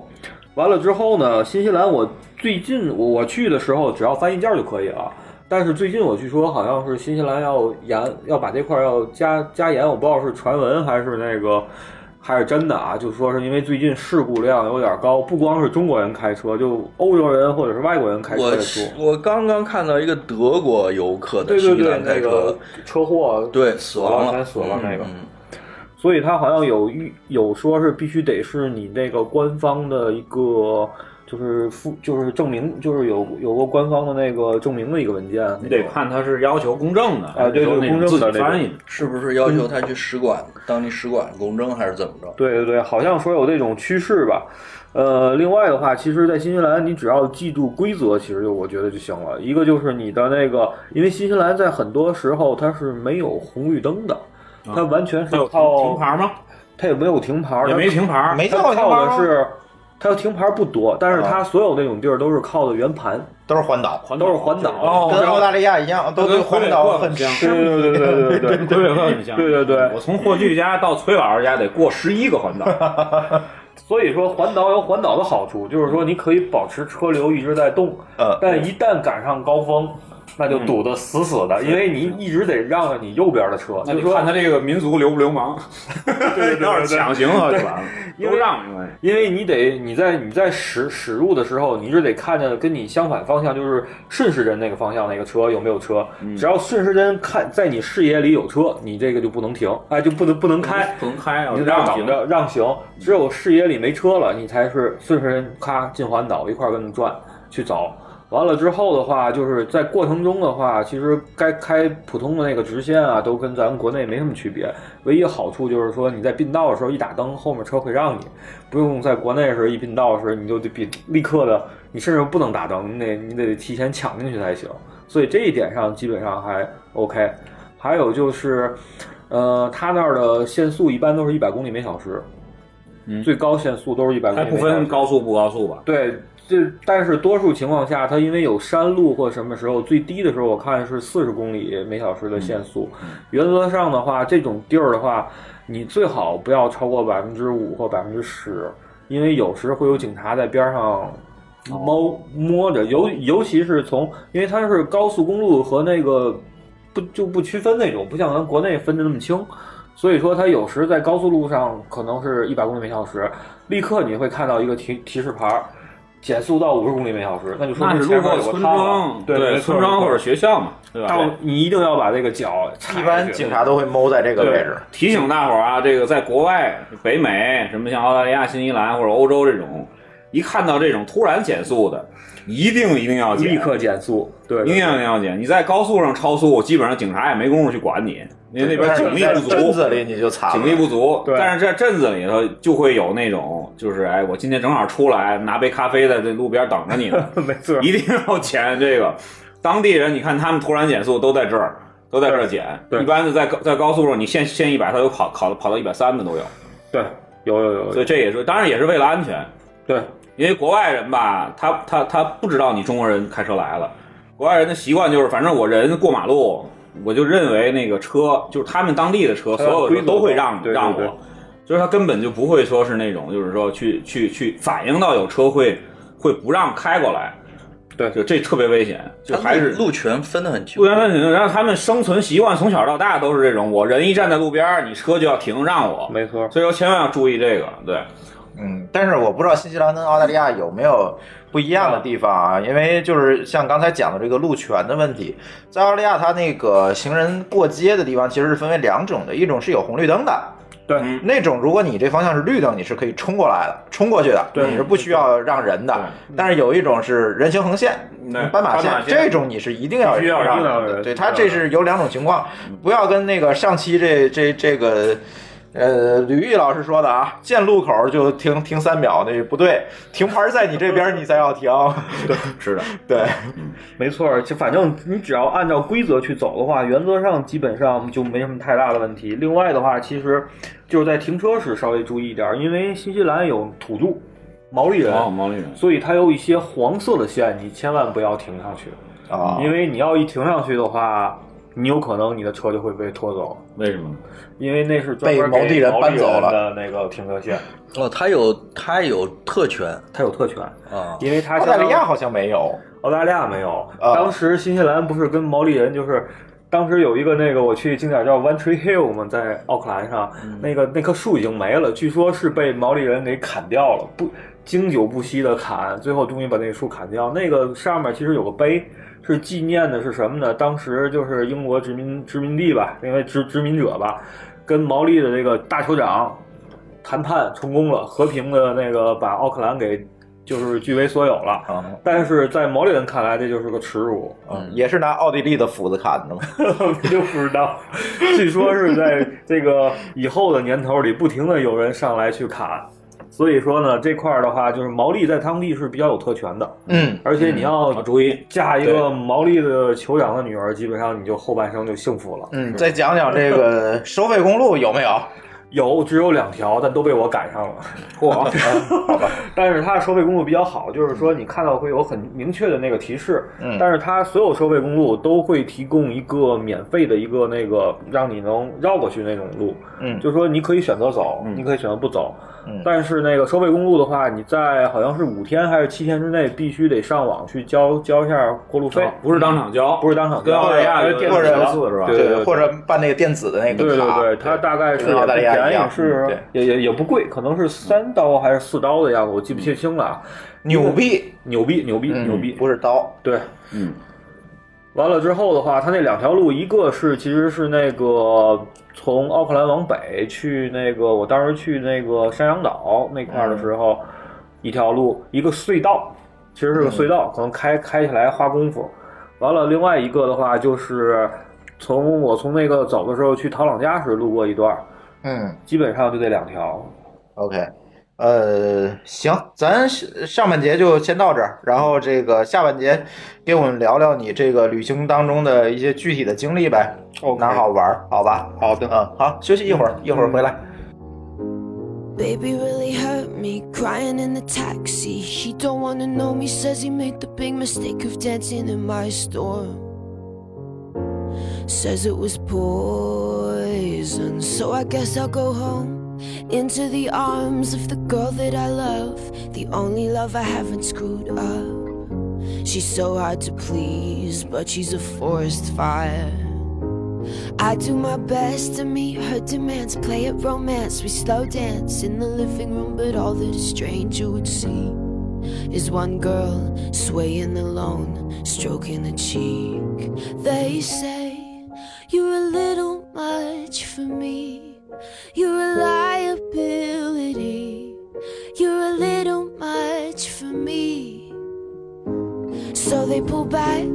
J: 完了之后呢，新西兰我最近我我去的时候只要翻译件儿就可以了，但是最近我去说好像是新西兰要严要把这块儿要加加严，我不知道是传闻还是那个。还是真的啊，就说是因为最近事故量有点高，不光是中国人开车，就欧洲人或者是外国人开车
I: 我
J: 也多。
I: 我刚刚看到一个德国游客的
J: 对
I: 新
J: 对
I: 西
J: 对，
I: 兰开
J: 那
I: 车
J: 个，车祸啊
I: 对，死亡
J: 全
I: 了，
J: 死亡那个，
I: 嗯，
J: 所以他好像有预有说是必须得是你那个官方的一个。就是附就是证明，就是有有过官方的那个证明的一个文件，
H: 你得看它是要求公证的，
J: 啊对
H: 还是说
J: 对
H: 那种
J: 公证的
H: 自己翻译的。
I: 是不是要求他去使馆当地使馆公证还是怎么着？
J: 对对对，好像说有这种趋势吧。呃，另外的话，其实，在新西兰，你只要记住规则，其实就我觉得就行了。一个就是你的那个，因为新西兰在很多时候它是没有红绿灯的，啊它完全是
H: 它有
J: 靠
H: 停牌吗？
J: 它也没有停牌，
H: 也没停牌
J: 它
G: 哎
H: 没
J: 它
H: 见过停牌
J: 靠的
H: 吗
J: 是。它停牌不多，但是它所有那种地儿都是靠的圆盘，
G: 都是环岛，哦
J: 都是环岛，
G: 跟澳大利亚一样，都对环岛很痴迷。
J: 对对 对对对对，
H: 魁北克很像。
J: 对对对，
H: 我从霍炬家到崔老师家得过十一个环岛。
J: 所以说环岛有环岛的好处，就是说你可以保持车流一直在动，
G: 呃
J: 但一旦赶上高峰，那就堵得死死的，因为你一直得让着你右边的车，
H: 那
J: 就是
H: 你
J: 说
H: 看他这个民族流不流氓？
J: 对 对
H: 要是抢行啊了就完了，
J: 因为
H: 都让因为
J: 因为你得你在你在驶驶入的时候，你是得看着跟你相反方向，就是顺时针那个方向那个车有没有车。只要顺时针看在你视野里有车，你这个就不能停，哎，就不能不能开，
H: 不能开啊
J: 你就
H: 让
J: 挡
H: 行
J: 着让行。只有视野里没车了，你才是顺时针咔进环岛一块儿跟着转去走。完了之后的话，就是在过程中的话，其实该开普通的那个直线啊，都跟咱们国内没什么区别。唯一好处就是说，你在并道的时候一打灯，后面车会让你，不用在国内的时候一并道的时候你就得比立刻的，你甚至不能打灯，你得你得提前抢进去才行。所以这一点上基本上还 OK。还有就是，呃，他那儿的限速一般都是一百公里每小时，最高限速都是一百公
H: 嗯还
J: 里每
H: 不
J: 小时。
H: 分高速不高速吧？
J: 对，这但是多数情况下，它因为有山路或什么时候，最低的时候我看是四十公里每小时的限速。原则上的话，这种地儿的话，你最好不要超过百分之五或百分之十，因为有时会有警察在边上。
H: 哦
J: 猫摸着，尤尤其是从，因为它是高速公路和那个不就不区分那种，不像咱国内分的那么清。所以说，它有时在高速路上可能是一百公里每小时，立刻你会看到一个提提示牌儿，减速到五十公里每小时，那就说
H: 那
J: 明
H: 是
J: 路
H: 路
J: 口
H: 过
J: 有个
H: 村
J: 塌
H: 庄
J: 了，，对，
H: 村庄或者学
J: 校，
H: 校嘛，对吧？
J: 到你一定要把这个脚踩
G: 一般
J: 下去
G: 警察都会猫在这个位置。
H: 提醒大伙儿啊，这个在国外，北美什么像澳大利亚、新西兰或者欧洲这种，一看到这种突然减速的，一定一定要减，
J: 立刻减速，对，
H: 一定要一定要减。你在高速上超速，基本上警察也没工夫去管你，因为那边
G: 但是
H: 警
G: 你
H: 力
G: 在
H: 不足，
G: 镇子里你就惨了，
H: 警力不足。
J: 对
H: 但是在镇子里头就会有那种，就是哎，我今天正好出来拿杯咖啡在这路边等着你 呢，
J: 没错，
H: 一定要减这个。当地人，你看他们突然减速都在这儿，都在这儿减。
J: 对对
H: 一般是在高在高速上，你限限一百，他有跑跑跑到一百三的都有。
J: 对，有有有
H: 所以
J: 有，
H: 这也是，当然也是为了安全，
J: 对，
H: 因为国外人吧，他他他不知道你中国人开车来了，国外人的习惯就是，反正我人过马路，我就认为那个车就是他们当地的车，
J: 他
H: 所有的
J: 规
H: 车
J: 则
H: 都会让
J: 对对
H: 让
J: 对
H: 我，就是他根本就不会说是那种，就是说去去去反映到有车会会不让开过来，
J: 对
H: 就这特别危险，就还是啊
I: 路权分得很清
H: 路。缘分然后他们生存习惯从小到大都是这种，我人一站在路边儿，你车就要停让我，
J: 没错，
H: 所以说千万要注意这个，对。
G: 嗯，但是我不知道新西兰跟澳大利亚有没有不一样的地方啊，因为就是像刚才讲的这个路权的问题，在澳大利亚它那个行人过街的地方其实是分为两种的，一种是有红绿灯的。
J: 对
H: 嗯
G: 那种如果你这方向是绿灯，你是可以冲过来的，冲过去的，
J: 对
G: 你是不需要让人的。但是有一种是人行横线、
H: 对
G: 斑马线
H: 斑马线
G: 这种，你是一定要
J: 必须要
G: 让
J: 让
G: 的
J: 人
G: 对，它这是有两种情况，
J: 嗯
G: 不要跟那个上期这这这个呃，吕毅老师说的啊，见路口就停停三秒，那不对，停牌在你这边，你才要 停。对，
H: 是的，
G: 对，
J: 没错，就反正你只要按照规则去走的话，原则上基本上就没什么太大的问题。另外的话，其实就是在停车时稍微注意一点儿，因为新西兰有土著、毛利人，
H: 哦，毛利人，
J: 所以它有一些黄色的线，你千万不要停上去，
G: 啊，
J: 因为你要一停上去的话，你有可能你的车就会被拖走，
H: 为什么呢？
J: 因为那是专门
G: 被毛利人
J: 给毛
G: 搬走了
J: 的那个停车线，
I: 哦，他有他有特权
J: 它有特权，哦
I: 啊，
J: 因为它
G: 澳
J: 相
G: 大
J: 当于
G: 利亚好像没有。
J: 澳大利亚没有。
G: 啊
J: 当时新西兰不是跟毛利人就是。当时有一个那个我去景点叫 One Tree Hill 嘛，在奥克兰上，那个那棵树已经没了，据说是被毛利人给砍掉了，不经久不息的砍，最后终于把那个树砍掉。那个上面其实有个碑，是纪念的是什么呢？当时就是英国殖民殖民地吧，因为殖殖民者吧，跟毛利的这个大酋长谈判成功了，和平的那个把奥克兰给就是据为所有了。
G: 啊，
J: 但是在毛利人看来，这就是个耻辱，
G: 嗯，也是拿奥地利的斧子砍的嘛。
J: 你就不知道。 据说是在这个以后的年头里，不停的有人上来去砍，所以说呢，这块儿的话，就是毛利在当地是比较有特权的，
G: 嗯
J: 而且你要
H: 注意
J: 嫁一个
G: 对
J: 毛利的酋长的女儿，基本上你就后半生就幸福了。
G: 嗯，再讲讲这 个收费公路有没有？
J: 有只有两条，但都被我赶上了。
H: 嚯，
J: 但是它的收费公路比较好，就是说你看到会有很明确的那个提示，
G: 嗯
J: 但是它所有收费公路都会提供一个免费的一个那个让你能绕过去那种路，
G: 嗯
J: 就是说你可以选择走，
H: 嗯
J: 你可以选择不走。
G: 嗯
J: 但是那个收费公路的话，你在好像是五天还是七天之内必须得上网去交交一下过路
G: 哦
J: 费，
H: 不是当场交，
J: 哎不是当场
H: 跟
J: 交
G: 或
H: 澳大
G: 者
H: 利亚有
J: 电
G: 或
J: 子
G: 者
J: 交
H: 类似是吧
J: 对对对
G: 或者办那个电子的那
J: 对
G: 个
J: 对
G: 卡，
J: 对，它大概是
G: 啊跟澳大利亚一
J: 便
G: 样
J: 宜是
G: 嗯对
J: 也也也不贵，可能是三刀还是四刀的样子，我记不太清了啊。
G: 牛逼，
J: 牛逼，牛逼，
G: 嗯
J: 牛逼！
G: 不是刀，
J: 对，
H: 嗯，
J: 完了之后的话，它那两条路，一个是其实是那个从奥克兰往北去那个，我当时去那个山羊岛那块儿的时候，一条路，一个隧道，其实是个隧道，可能开开起来花功夫。完了，另外一个的话就是从我从那个走的时候去陶朗家时路过一段儿，
G: 嗯
J: 基本上就这两条。
G: ，OK。呃，行，咱上半节就先到这儿，然后这个下半节给我们聊聊你这个旅行当中的一些具体的经历呗
J: OK
G: 哪好玩儿，好吧？好的，嗯，好，休息一会儿，一会儿回来。
C: Baby really hurt me, crying in the taxi. He don't wanna know me, says he made the big mistake of dancing in my storm. Says it was poison, so I guess I'll go home. Into the arms of the girl that I love, the only love I haven't screwed up. She's so hard to please, but she's a forest fire. I do my best to meet her demands, play at romance. We slow dance in the living room, but all that a stranger would see is one girl swaying alone, stroking the cheek. They say, You're a little much for me, you're a liability, you're a little much for me. So they pull back,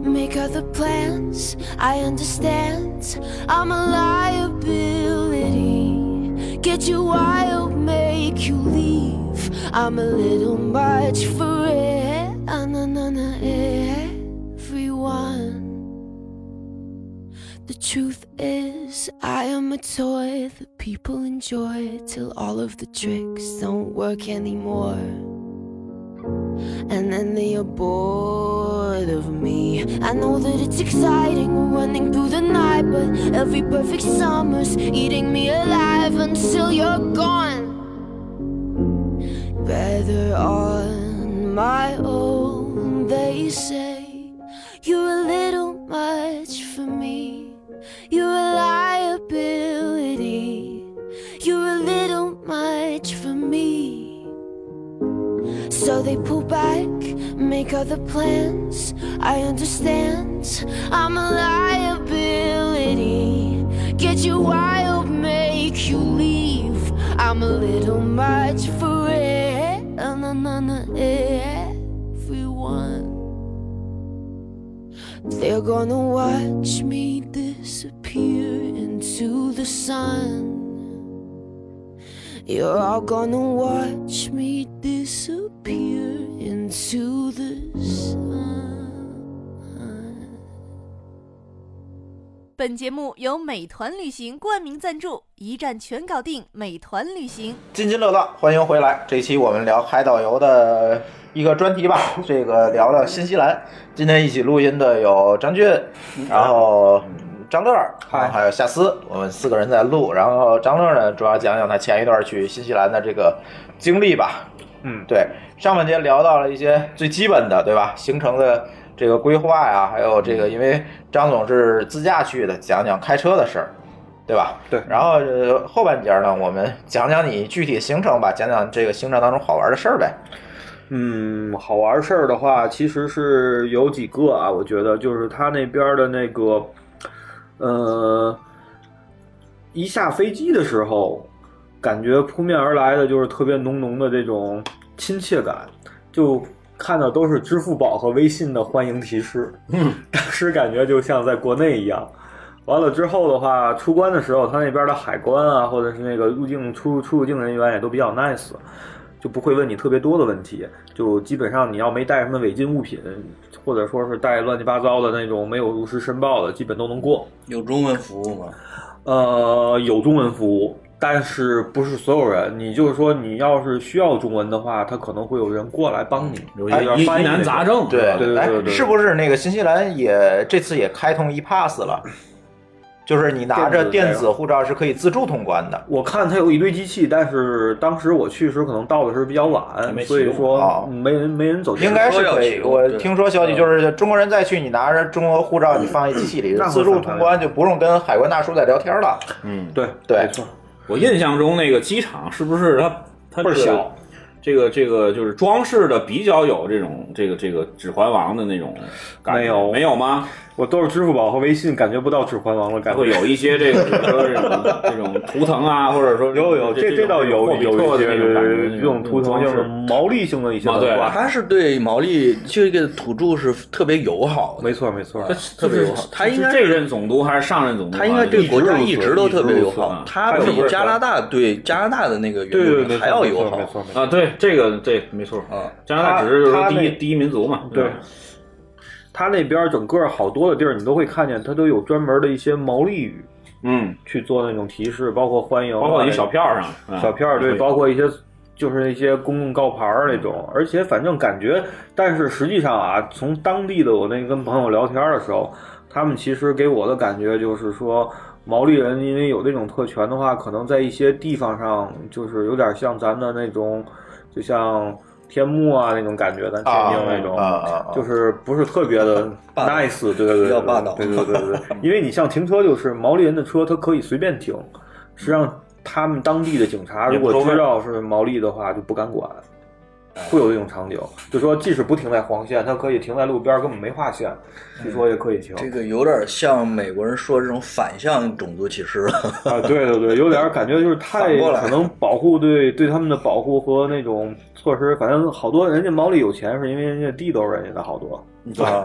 C: make other plans. I understand, I'm a liability. Get you wild, make you leave. I'm a little much for it. Ah, na, na, na, everyone. The truth is, I am a toy that people enjoy till all of the tricks don't work anymore. And then they are bored of me. I know that it's exciting we're running through the night, but every perfect summer's eating me alive until you're gone. Better on my own, they say. You're a little much for me. You're a liability. You're a little much for me. So they pull back, make other plans. I understand, I'm a liability. Get you wild, make you leave. I'm a little much for it. Na, na, na, everyone. They're gonna watch me disappear into the sun. You're all gonna watch me disappear into the sun.
A: 本节目由美团旅行冠名赞助，一站全搞定。美团旅行，
G: 津津乐道，欢迎回来。这期我们聊海岛游的一个专题吧，这个聊聊新西兰。今天一起录音的有张俊，然后张乐，然后还有夏思，我们四个人在录。然后张乐呢，主要讲讲他前一段去新西兰的这个经历吧。
J: 嗯
G: 对，上半节聊到了一些最基本的，对吧？行程的这个规划呀，还有这个，因为张总是自驾去的，讲讲开车的事儿，对吧？
J: 对
G: 然后、呃、后半节呢，我们讲讲你具体行程吧，讲讲这个行程当中好玩的事儿呗。
J: 嗯，好玩儿事儿的话，其实是有几个啊，我觉得就是他那边儿的那个，呃，一下飞机的时候，感觉扑面而来的就是特别浓浓的这种亲切感，就看到都是 支付宝和微信的欢迎提示，嗯，当时感觉就像在国内一样。完了之后的话，出关的时候，他那边的海关啊，或者是那个入境出出入境人员也都比较 nice，就不会问你特别多的问题。就基本上你要没带什么违禁物品，或者说是带乱七八糟的那种没有如实申报的，基本都能过。
I: 有中文服务吗？
J: 呃，有中文服务，但是不是所有人。你就是说，你要是需要中文的话，他可能会有人过来帮你，
H: 嗯
J: 有一
G: 哎
J: 个
G: 疑
J: 翻译
G: 难
J: 那
G: 杂
J: 种
G: 对
J: 对对
G: 哎
J: 对对，
G: 是不是那个新西兰也这次也开通 ePass 了？就是你拿着电子护照是可以自助通关的。
J: 我看它有一堆机器，但是当时我去的时候可能到的是比较晚，所以说没人没人走进
G: 哦
J: 去。
G: 应该是可以，我听说消息就是中国人再去，你拿着中国护照，你放一机器里
J: 那会
G: 自助
J: 反
G: 通关，就不用跟海关大叔再聊天 了。
H: 嗯，
J: 对
G: 对，
H: 我印象中那个机场是不是它它
G: 倍儿
H: 这个
G: 小？
H: 这个这个就是装饰的比较有这种这个这个《指环王》的那种感觉，没有没有吗？
J: 我都是支付宝和微信，感觉不到《指环王》了，感觉
H: 会有一些这个，比如说这种这种图腾啊，或者说
J: 有有
H: 这
J: 这这倒有
H: 种
J: 有
H: 霍比特
J: 一些
H: 的那种啊感觉，
J: 这种图腾，就是毛利性的一些文化。
I: 它是对毛利这个土著是特别友好的，
J: 没错没错
I: 它特别友好。它应该
H: 是这任总督还是上任总督啊？
I: 他应该对国家一直啊都特别友好，他
H: 不
I: 比
H: 啊是
I: 加拿大对加拿大的那个原住民还要友好。
H: 啊，对这个对没错
I: 啊，
H: 加拿大只是就是说
J: 他
H: 第一
J: 那
H: 第一民族嘛，
J: 对，它那边整个好多的地儿，你都会看见，它都有专门的一些毛利语，
H: 嗯，
J: 去做那种提示，包括欢迎啊，
H: 包括你小票上嗯
J: 小票对，
H: 对
J: 包括一些就是那些公共告牌儿那种，而且反正感觉，但是实际上啊，从当地的我那跟朋友聊天的时候，他们其实给我的感觉就是说。毛利人因为有这种特权的话，可能在一些地方上就是有点像咱们的那种，就像天幕啊那种感觉，咱天津那种，就是不是特别的 nice，对对对，对
I: 比较霸道
J: 对对对对对，因为你像停车就是毛利人的车，它可以随便停，实际上他们当地的警察如果知道是毛利的话，就不敢管，会有这种场景，就说即使不停在黄线，它可以停在路边，根本没划线，据说也可以停。
I: 这个有点像美国人说这种反向种族歧视 了。
J: 啊，对对对，有点感觉 就是太
I: 反过来
J: 可能保护对对他们的保护和那种措施，反正好多人家毛利有钱是因为人家地都是人家的好多，
I: 啊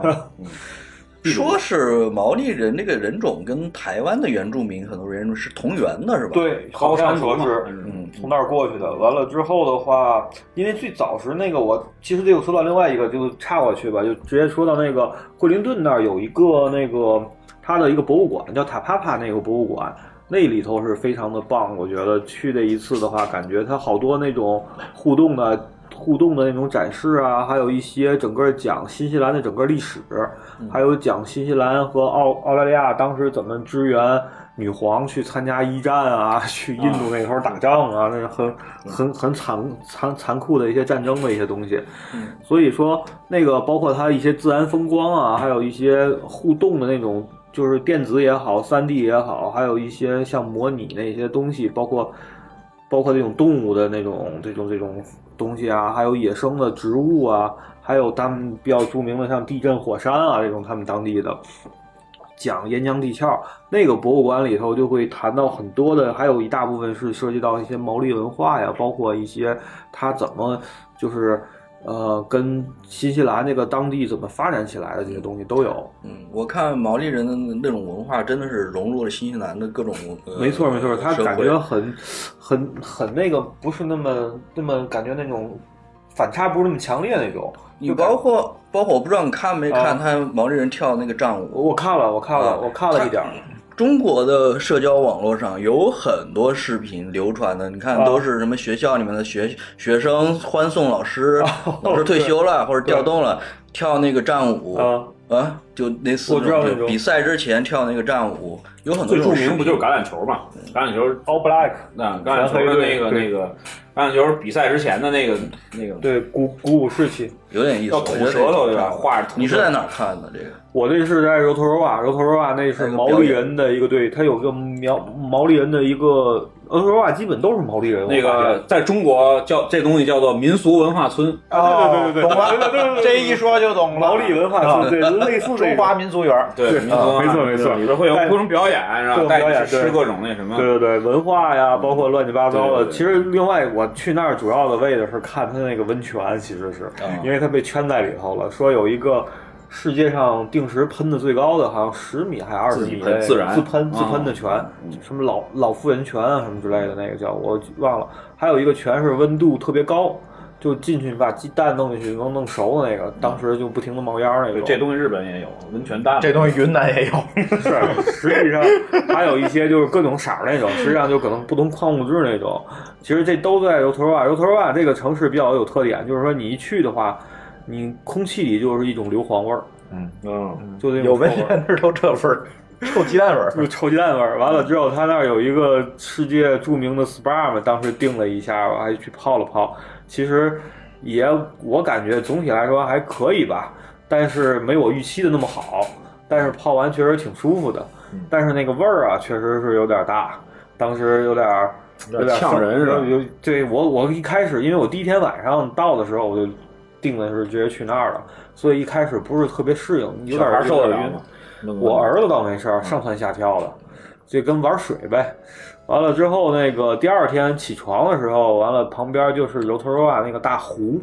I: 说是毛利人这个人种跟台湾的原住民很多人种是同源的，是吧？
J: 对，好像说是，嗯，从那儿过去的。完了之后的话，因为最早时那个我其实这又说到另外一个，就岔过去吧，就直接说到那个惠灵顿那儿有一个那个它的一个博物馆，叫塔帕帕那个博物馆。那里头是非常的棒，我觉得去这一次的话，感觉它好多那种互动的、互动的那种展示啊，还有一些整个讲新西兰的整个历史，还有讲新西兰和澳澳大利亚当时怎么支援女皇去参加一战啊， 去印度那头打仗啊，那很很很残残残酷的一些战争的一些东西。
I: 嗯
J: 所以说，那个包括它一些自然风光啊，还有一些互动的那种，就是电子也好，3 D 也好，还有一些像模拟那些东西，包括包括这种动物的那种这种这种东西啊，还有野生的植物啊，还有他们比较著名的像地震、火山啊这种他们当地的。讲岩浆地壳那个博物馆里头就会谈到很多的，还有一大部分是涉及到一些毛利文化呀，包括一些它怎么就是呃跟新西兰那个当地怎么发展起来的这些东西都有。
I: 嗯，我看毛利人的那种文化真的是融入了新西兰的各种。呃
J: 没错没错，他
I: 社
J: 感
I: 会
J: 觉很很很那个，不是那么那么感觉那种反差不是那么强烈那种。
I: 你包括包括我不知道你看没看
J: 啊
I: 他毛利人跳那个战舞，
J: 我看了我看了我看了一点儿。
I: 中国的社交网络上有很多视频流传的，你看
J: 啊
I: 都是什么学校里面的学学生欢送老师，
J: 哦
I: 老师退休了或者调动了，跳那个战舞
J: 啊
I: 就类似
J: 我知道
I: 那
J: 那种
I: 比赛之前跳那个战舞，有
J: 嗯
I: 很多
H: 最
I: 这
H: 著
I: 种视
H: 名
I: 频
H: 不就是橄榄球嘛？橄榄球
J: All Black，
H: 那橄榄球的那个那个橄榄球比赛之前的那个那个，
J: 对鼓鼓舞士气，
I: 有点意思，
H: 要
I: 我
H: 吐
I: 觉得
H: 舌头对
I: 这
H: 吧？
I: 个
H: 画着吐舌头
I: 你是在哪儿看的这个？
J: 我这是在柔头柔瓦，柔头柔瓦那是毛利人的一个队，他有个苗毛利人的一个柔头柔瓦，基本都是毛利人。
H: 那
J: 我发现
H: 个在中国叫这东西叫做民俗文化村
J: 啊对对对对对
H: 懂
J: 对对对
H: 了，
J: 对对
H: 这
J: 对
H: 一说
G: 就懂了。
J: 毛利文化村对类似那种
G: 中华民族园儿，
H: 对，民族文化村里边会有各种表演，然后
J: 各种
H: 带
J: 表
H: 你
J: 演
H: 去吃各种那什么，嗯
J: 对对对，文化呀，包括乱七八糟
H: 对对
J: 的。
H: 对
J: 其实另外我去那儿主
H: 啊
J: 要的为的是看它那个温泉，其实是因为它被圈在里头了。说有一个世界上定时喷的最高的，好像十米还是二十
H: 自己
J: 米
H: 喷
J: 内
H: 自然
J: 自喷自
H: 啊
J: 喷的泉，什么老老妇人泉啊什么之类的那个叫我忘了，还有一个泉是温度特别高。就进去把鸡蛋弄进去，能弄熟的那个，当时就不停的冒烟儿那种。
H: 这东西日本也有温泉蛋，
J: 这东西
G: 云南也有。
J: 是，实际上还有一些就是各种色儿那种，实际上就可能不同矿物质那种。其实这都在油头湾。油头湾这个城市比较有特点，就是说你一去的话，你空气里就是一种硫磺味儿。
G: 嗯
J: 嗯，就那种
G: 有温
J: 臭味儿
G: 泉地儿都这味儿，臭鸡蛋味儿。
J: 就臭鸡蛋味儿。完了之后，他那儿有一个世界著名的 SPA 嘛，当时定了一下，我还去泡了泡。其实也我感觉总体来说还可以吧，但是没我预期的那么好。但是泡完确实挺舒服的，
H: 嗯
J: 但是那个味儿啊，确实是有点大，当时有点儿
H: 有
J: 有
H: 点
J: 点
H: 呛人是吧
J: 有有对我我一开始因为我第一天晚上到的时候我就定的是直接去那儿了，所以一开始不是特别适应，有点
H: 小孩
J: 儿
H: 受得了吗
J: 晕。
H: 弄个
J: 我儿子倒没事儿，上蹿下跳的，就跟玩水呗。完了之后，那个第二天起床的时候，完了旁边就是油头湾那个大湖，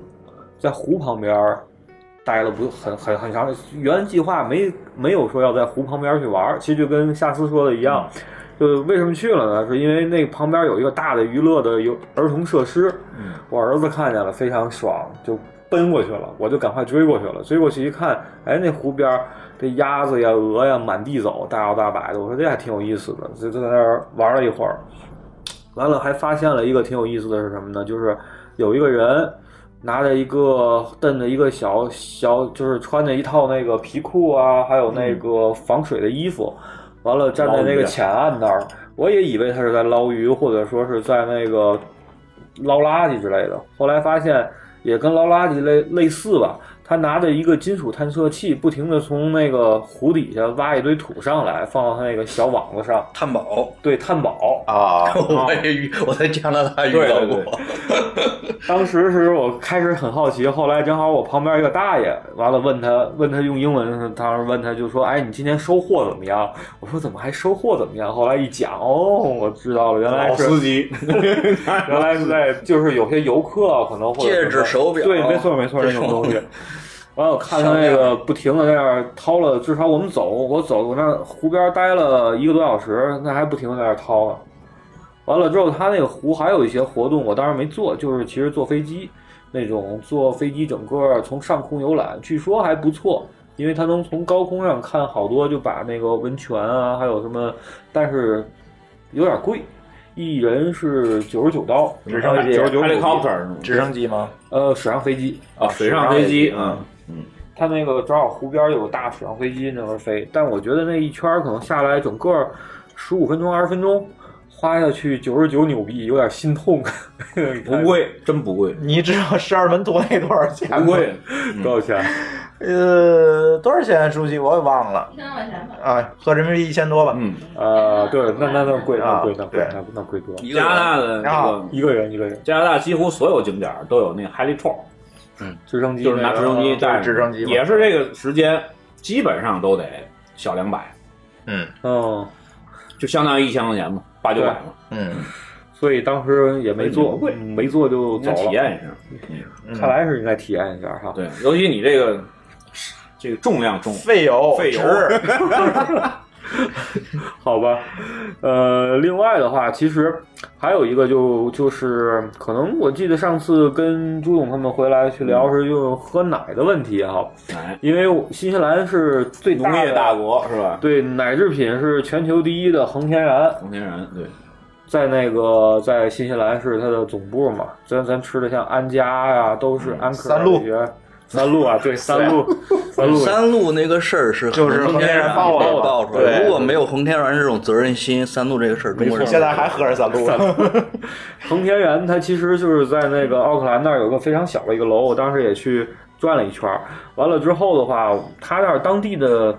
J: 在湖旁边儿待了不很很很长，原计划没没有说要在湖旁边去玩儿，其实就跟夏思说的一样，就为什么去了呢？是因为那旁边有一个大的娱乐的有儿童设施，我儿子看见了非常爽，就奔过去了，我就赶快追过去了，追过去一看，哎，那湖边儿这鸭子呀、鹅呀满地走，大摇大摆的，我说这还挺有意思的，就就在那儿玩了一会儿，完了还发现了一个挺有意思的是什么呢？就是有一个人拿着一个蹬着一个小小，就是穿着一套那个皮裤啊，还有那个防水的衣服，完了站在那个浅岸那儿，我也以为他是在捞鱼，或者说是在那个捞垃圾之类的。后来发现也跟捞垃圾类类似吧，他拿着一个金属探测器，不停的从那个湖底下挖一堆土上来，放到他那个小网子上
I: 探宝。
J: 对，探宝
G: 啊
I: 我也遇，哎我在加拿大遇
J: 对
I: 到
J: 对
I: 过
J: 对。 当时是我开始很好奇，后来正好我旁边一个大爷，完了问他问他用英文，当时问他就说：“哎，你今天收获怎么样？”我说：“怎么还收获怎么样？”后来一讲，哦，我知道了，原来是
H: 老司机
J: 原来是在就是有些游客啊可能会
I: 戒指手表
J: 对，没错没错，
I: 这
J: 这
I: 种
J: 种东西。完了，我看他那个不停的在那儿掏了，至少我们走，我走，我那湖边待了一个多小时，那还不停的在那儿掏呢。完了之后，他那个湖还有一些活动，我当时没做，就是其实坐飞机那种坐飞机整个从上空游览，据说还不错，因为它能从高空上看好多，就把那个温泉啊，还有什么，但是有点贵，一人是九十九刀，
G: 直升机
J: 九十九
G: helicopter 直升机吗？
J: 呃，水上飞机
G: 啊水上飞机嗯
J: 嗯，它那个正好湖边有大水上飞机那边飞，但我觉得那一圈儿可能下来整个十五分钟二十分钟。花下去九十九纽币，有点心痛。
H: 不贵，真不贵。
G: 你知道十二门多那多少钱吗？
J: 不贵，多少 钱？啊
G: 呃，多少钱？书记我也忘了。
K: 三块钱吧。
G: 啊，合人民币一千多吧。
H: 嗯，
J: 呃，对，那那那贵，那贵，那
H: 啊
J: 贵，
G: 对
J: 那那贵多。
H: 加拿大的这个
J: 一个人一个人，
H: 加拿大几乎所有景点儿都有那个 heliport，
I: 嗯，
J: 直升机
H: 就是拿直升机带着，
J: 就是直升机嘛
H: 也是这个时间，基本上都得小两百，
G: 嗯，
J: 嗯，
H: 就相当于一千块钱嘛，八九百嘛，
G: 嗯，
J: 所以当时也没做，
H: 贵
J: 嗯没做就
H: 应该
J: 走了。
H: 体验一下。
J: 嗯看来是应该体验一下哈。
H: 对，尤其你这个这个重量重，
G: 费油
H: 费油，
J: 好吧，呃，另外的话，其实还有一个就就是，可能我记得上次跟朱总他们回来去聊是就喝奶的问题哈，因为我新西兰是最大的
H: 哎农业大国是吧？
J: 对，奶制品是全球第一的恒天然，
H: 恒天然对，
J: 在那个在新西兰是它的总部嘛，咱咱吃的像安佳呀、都是
H: 嗯
J: 安可
I: 三鹿
J: 大学三鹿啊，对，三鹿，三鹿，
I: 三鹿那个事儿是
J: 就是
I: 恒天然
J: 恒天然
I: 爆
J: 爆
I: 出
J: 出来的
I: 来，
J: 对
I: 如果没有恒天然这种责任心，三鹿这个事儿中国人
J: 现在还
G: 喝着三鹿。
J: 恒天然它其实就是在那个奥克兰那儿有个非常小的一个楼，我当时也去转了一圈儿。完了之后的话，它那儿当地的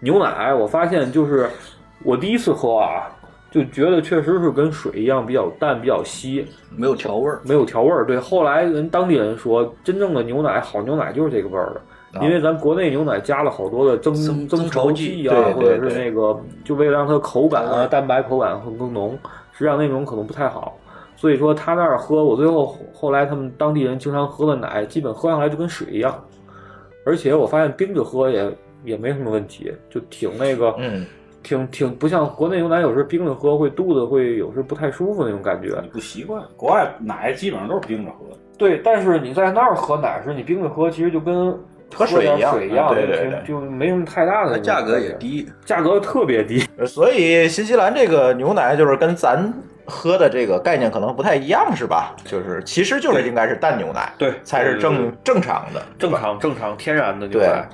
J: 牛奶，我发现就是我第一次喝啊，就觉得确实是跟水一样比较淡、比较稀，
I: 没有调味儿，
J: 没有调味儿。对，后来人当地人说，真正的牛奶好牛奶就是这个味儿的。因为咱国内牛奶加了好多的增增稠剂啊，
I: 对对
J: 或者是
I: 对
J: 那个，就为了让它的口感啊、蛋白口感更更浓，实际上那种可能不太好。所以说他那儿喝，我最后后来他们当地人经常喝的奶，基本喝上来就跟水一样，而且我发现冰着喝也也没什么问题，就挺那个，
G: 嗯，
J: 挺挺不像国内牛奶，有时候冰着喝会肚子会有时候不太舒服那种感觉。你
H: 不习惯，国外奶基本上都是冰着喝。
J: 对，但是你在那儿喝奶时，你冰着喝其实就跟
G: 喝水
J: 点
G: 一样
J: 水一样，啊
G: 对对对
J: 就就没什么太大的那种感觉。
G: 价格也
I: 低，
J: 价格特别低。
G: 所以新西兰这个牛奶就是跟咱喝的这个概念可能不太一样，是吧？就是其实就是应该是淡牛奶，
J: 对，
G: 才是
J: 对
G: 正
J: 对
G: 正常的。
J: 正常正常天然的牛
G: 对
J: 奶。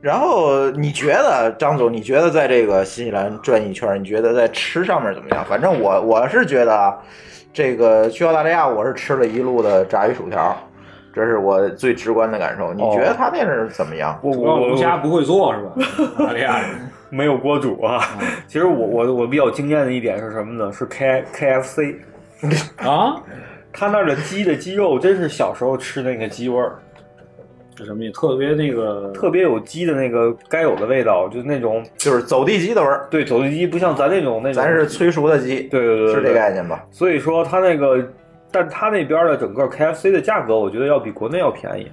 G: 然后你觉得张总，你觉得在这个新西兰转一圈，你觉得在吃上面怎么样？反正我我是觉得啊，这个去澳大利亚我是吃了一路的炸鱼薯条，这是我最直观的感受。
J: 哦
G: 你觉得他那是怎么样？
J: 我我
H: 龙虾不会做是吧？ 哎澳大利亚人
J: 没有锅主啊。 其实我我我比较惊艳的一点是什么呢？是 K K F C
H: 啊，
J: 他那儿的鸡的鸡肉真是小时候吃那个鸡味儿，
H: 这什么意思？特别那个
J: 特别有鸡的那个该有的味道，就是那种
G: 就是走地鸡的味儿。
J: 对，走地鸡不像咱那种那种，
G: 咱是催熟的鸡，
J: 对对对对
G: 是这概念吧？
J: 所以说他那个，但他那边的整个 KFC 的价格，我觉得要比国内要便宜。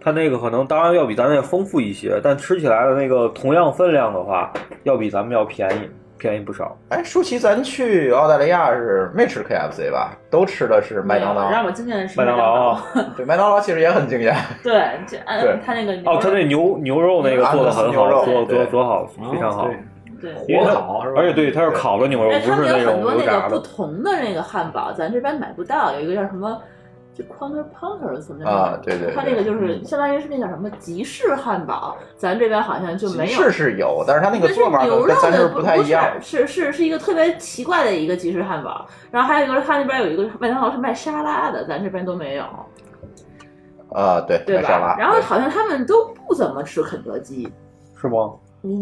J: 他那个可能当然要比咱那丰富一些，但吃起来的那个同样分量的话，要比咱们要便宜，便宜不少。
G: 哎，舒淇，咱去澳大利亚是没吃 KFC 吧？都吃的是麦当劳。
K: 让我惊艳的是
G: 麦当劳，
J: 啊
G: 对麦当劳其实也很惊艳。
K: 对，嗯这
G: 对
K: 按他那个牛
J: 哦，他那牛牛肉那个做的很
G: 牛肉
J: 好，做
G: 对
J: 做做好，
H: 嗯
J: 非常好。
K: 对
J: 因为它
H: 啊
J: 而且对，它是烤的牛肉，
K: 哎，
J: 不
K: 他
J: 是
K: 们有
J: 种
K: 很多
J: 油
K: 那
J: 炸
K: 个不
J: 的。
K: 同的那个汉堡，咱这边买不到，有一个叫什么。就 counter pounder 什么的
G: 啊对对对
K: 他那个
J: 嗯
K: 就是相当于是那叫什么集市汉堡，咱这边好像就没有。
G: 是是有，但是他那个
K: 但是
G: 做法
K: 牛
G: 呢
K: 肉
G: 跟咱这
K: 的
G: 儿不太一样。
K: 是是是一个特别奇怪的一个集市汉堡。然后还有一个，他那边有一个麦当劳是卖沙拉的，咱这边都没有，
G: 啊，对，
K: 对
G: 麦沙拉
K: 吧？。然后好像他们都不怎么吃肯德基，
J: 是吗？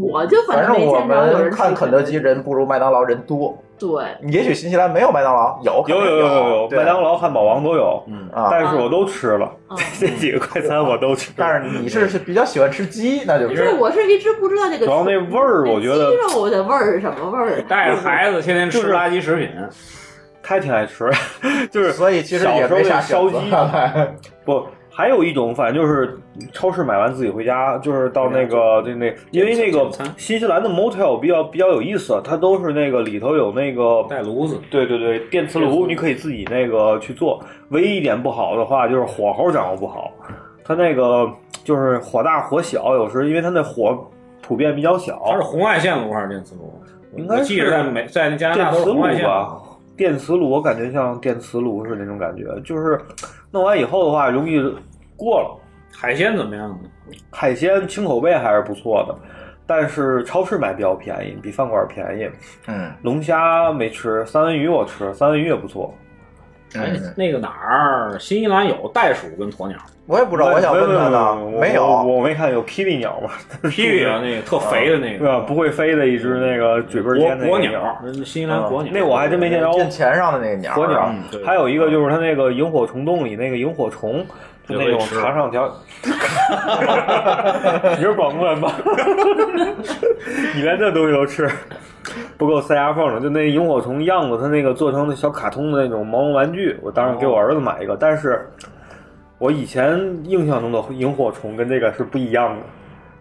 K: 我就
G: 反
K: 正
G: 正
K: 没
G: 我
K: 见着有
G: 们
K: 人吃
G: 看肯德基人不如麦当劳人多，
K: 对，
G: 也许新西兰没有麦当劳，有肯
J: 有
G: 定
J: 有
G: 有
J: 有有，
G: 对
J: 麦当劳、汉堡王都有，
G: 嗯
J: 但是我都吃了，
K: 哦
J: 这几个快餐我都吃。
G: 但是你是比较喜欢吃鸡，那就
K: 不是，我是一直不知道这个
J: 主要那味儿，我觉得
K: 鸡肉的味儿是什么味儿。
H: 带着孩子天天吃垃圾食品，
J: 他挺爱吃， 就是
G: 所以其实也
J: 小时候
G: 没啥
J: 那烧鸡
G: 选择看来，
J: 不，还有一种反正就是超市买完自己回家，就是到那个对那，因为那个新西兰的 motel 比较比较有意思，它都是那个里头有那个
H: 带炉子，
J: 对对对，电磁炉你可以自己那个去做。唯一一点不好的话就是火候掌握不好，它那个就是火大火小，有时因为它那火普遍比较小，
H: 它是红外线炉还是电磁炉？啊
J: 应
H: 我
J: 该
H: 记着
J: 是
H: 在美在加拿大
J: 电
H: 都
J: 磁
H: 是红
J: 炉
H: 外线
J: 吧
H: 炉。？
J: 电磁炉，我感觉像电磁炉是那种感觉，就是弄完以后的话，容易过了。
H: 海鲜怎么样呢？
J: 海鲜清口味还是不错的，但是超市买比较便宜，比饭馆便宜。
G: 嗯，
J: 龙虾没吃，三文鱼我吃，三文鱼也不错。
H: 哎，
J: 嗯
G: 嗯
H: 那个哪儿，新西兰有袋鼠跟鸵鸟，
G: 我也不知道，我想问问呢，没
J: 我
G: 有。
J: 我没看有霹雳鸟 吗？
H: 霹雳啊那个特肥的那个
J: 对吧？不会飞的一只那个啊嘴边
H: 国
J: 尖的那
H: 国
J: 个啊
H: 鸟，那新西兰国鸟。
J: 那我还真没见着
G: 电钱上的那个鸟，
J: 火鸟
G: 嗯，
J: 还有一个就是它那个萤火虫洞里那个萤火虫，就那种爬上 条。你是广东人吧？ 你连这东西都吃，不够塞牙缝了。就那萤火虫样子，它那个做成那小卡通的那种毛绒玩具，我当时给我儿子买一个，但是我以前印象中的萤火虫跟这个是不一样的。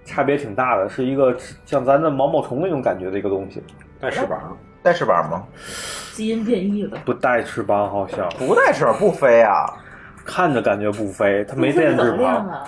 J: 差别挺大的，是一个像咱的毛毛虫那种感觉的一个东西，
H: 带翅膀，
G: 带翅膀吗？
K: 基因变异了。
J: 不带翅膀好像。
G: 不带翅膀不飞啊，
J: 看着感觉不飞， 它没电
K: 怎
J: 翅
K: 么样
J: 膀。
K: 啊？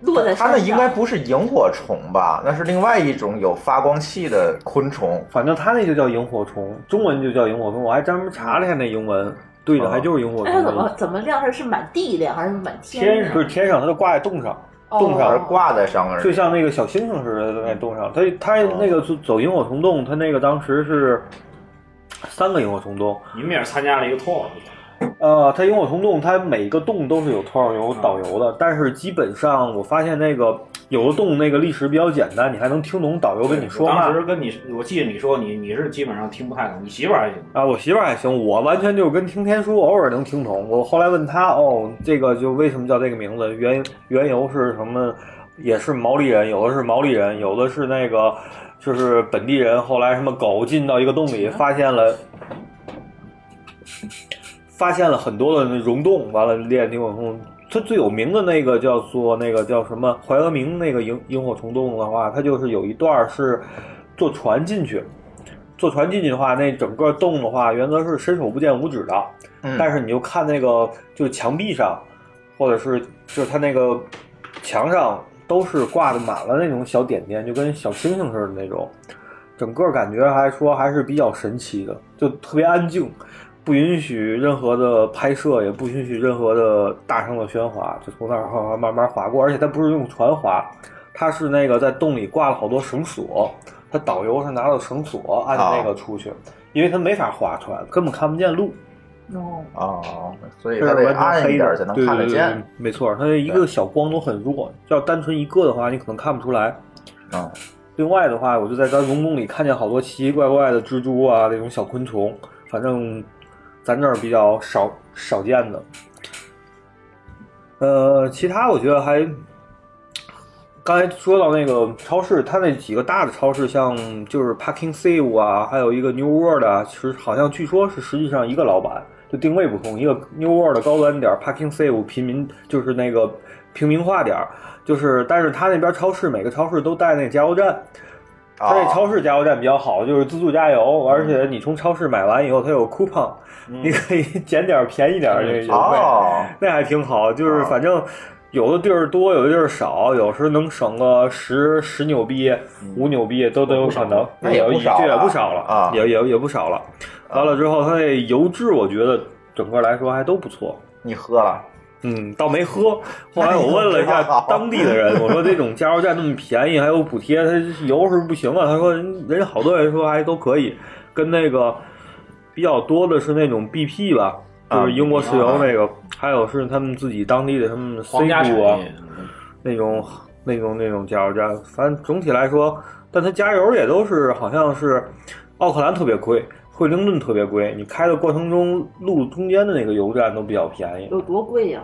K: 落在
G: 它
K: 山
G: 那
K: 上
G: 应该不是萤火虫吧？那是另外一种有发光器的昆虫。
J: 反正它那就叫萤火虫，中文就叫萤火虫。我还专门查了一下那英文，对的，还就是萤火
K: 哎，它怎么
J: 虫。
K: 怎么晾着？是满地晾还是满天
J: 天
K: 上？
J: 不是天上，它就挂在洞上，
K: 哦
J: 洞
G: 而
J: 上
G: 挂在上面，
J: 就像那个小星星似的在那洞上。它它
K: 哦
J: 那个走走萤火虫洞，它那个当时是三个萤火虫洞，
H: 你们也是参加了一个 tour，
J: 呃，它萤火虫洞，它每个洞都是有托儿
K: 嗯
J: 游导游的，但是基本上我发现那个有的洞那个历史比较简单，你还能听懂导游跟你说
H: 当
J: 话
H: 时。跟你，我记得你说你你是基本上听不太懂，你媳妇儿还行。
J: 啊，我媳妇儿还行，我完全就是跟听天书，偶尔能听懂。我后来问她，哦，这个就为什么叫这个名字？原缘由是什么？也是毛利人，有的是毛利人，有的是那个就是本地人。后来什么狗进到一个洞里，发现了发现了很多的那溶洞，完了练萤火虫它最有名的那个叫做那个叫什么怀俄明那个萤萤火虫洞的话，它就是有一段儿是坐船进去，坐船进去的话，那整个洞的话，原则是伸手不见五指的，
G: 嗯
J: 但是你就看那个就是墙壁上，或者是就是它那个墙上都是挂的满了那种小点点，就跟小星星似的那种，整个感觉还说还是比较神奇的，就特别安静。不允许任何的拍摄，也不允许任何的大声的喧哗，就从那儿慢慢慢慢划过。而且它不是用船划，它是那个在洞里挂了好多绳索，它导游是拿到绳索按着那个出去，因为它没法划船，根本看不见路。
K: 哦
G: 哦，所以
J: 这
G: 它
J: 是
G: 得
J: 完全
G: 暗
J: 黑
G: 一点
J: 的，
G: 才能
J: 对
G: 看得
J: 对对
G: 见。
J: 对没错，它一个小光都很弱，要单纯一个的话，你可能看不出来。
G: 啊，
J: 另外的话，我就在咱溶洞里看见好多奇奇怪怪的蜘蛛啊，那种小昆虫，反正咱这儿比较少少见的。呃，其他我觉得还，刚才说到那个超市，它那几个大的超市，像就是 Packing Save 啊，还有一个 New World 啊，其实好像据说是实际上一个老板，就定位不同，一个 New World 的高端点儿，Packing Save 平民就是那个平民化点儿，就是但是他那边超市每个超市都带那加油站。
G: 啊哦
J: 它那超市加油站比较好，就是自助加油，而且你从超市买完以后，它有 coupon，、你
G: 嗯
J: 可以捡点儿便宜 点儿那个油费。
G: 哦
J: 那还挺好，
G: 啊
J: 就是反正有的地儿多，有的地儿少，有时候能省个十十纽币、五纽币都都有可能，
G: 嗯那也不少
J: 这也
G: 了
J: 不少了
G: 啊
J: 也也也不少了。完了之后，它那油质我觉得整个来说还都不错。
G: 你喝了？
J: 嗯，倒没喝。后来我问了
G: 那
J: 一
G: 你
J: 下
G: 就知道
J: 当地的人，我说这种加油站那么便宜，还有补贴，它油是不行啊。他说人人家好多人说还都可以，跟那个比较多的是那种 BP 吧，就
G: 啊
J: 是英国石油那个，还有是他们自己当地的什么 C 股啊，那种那种那种加油站，反正总体来说，但它加油也都是好像是奥克兰特别贵，惠灵顿特别贵，你开的过程中路中间的那个油站都比较便宜。
K: 有多贵呀、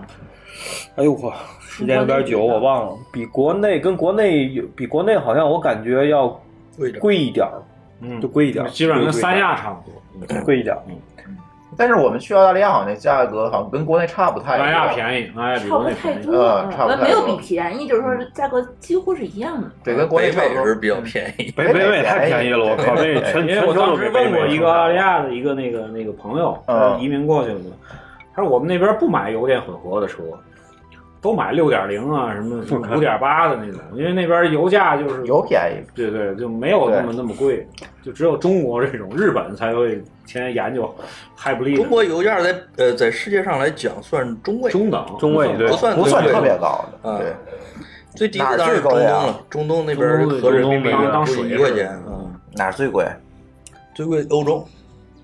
J: 哎呦我时间有点久，
K: 你
J: 我忘了，比国内跟国内有比国内好像我感觉要贵一点儿，
H: 嗯
J: 就贵一点儿，
H: 基本上跟
J: 贵一
H: 三
J: 点儿
H: 亚差不多。嗯
J: 贵一点儿。
G: 但是我们去澳大利亚好像那价格好像跟国内差不太多。
H: 三亚便宜，哎，比
K: 差
H: 国
K: 不
H: 内
K: 太
H: 便宜。
K: 多，
G: 呃差不太
K: 嗯
G: 多
K: 没有比便宜，就是说价格几乎是一样的。
G: 对，跟国内
I: 北
G: 差
I: 美
G: 不多嗯
I: 是比较便宜。
J: 北北美太便宜了，我靠，这全
H: 哎因
J: 全
H: 为我
J: 球
H: 当
J: 都
H: 时
J: 给
H: 问过一个澳大利
J: 亚，
H: 亚的一个那个那个朋友，
G: 嗯
H: 他移民过去了嘛，他说我们那边不买油电混合的车，都买六点零啊什么五点八的那种，因为那边油价就是
G: 油便宜。
H: 对对，就没有那么
G: 对
H: 那么贵，就只有中国这种日本才会先研究 hybrid
I: 中国油价在呃在世界上来讲算中位，
H: 中等
J: 中位对
I: 不算
G: 不算
I: 最
G: 特
I: 贵
G: 别高的，
I: 啊
G: 对，
I: 最低
G: 哪儿
I: 的当然
G: 最
I: 是中
G: 高
I: 东
G: 呀
I: 了，中东那边合人民币
H: 中东那边当水
I: 不一
H: 是吧
I: 块钱啊，
G: 哪儿最贵？
I: 最贵欧洲，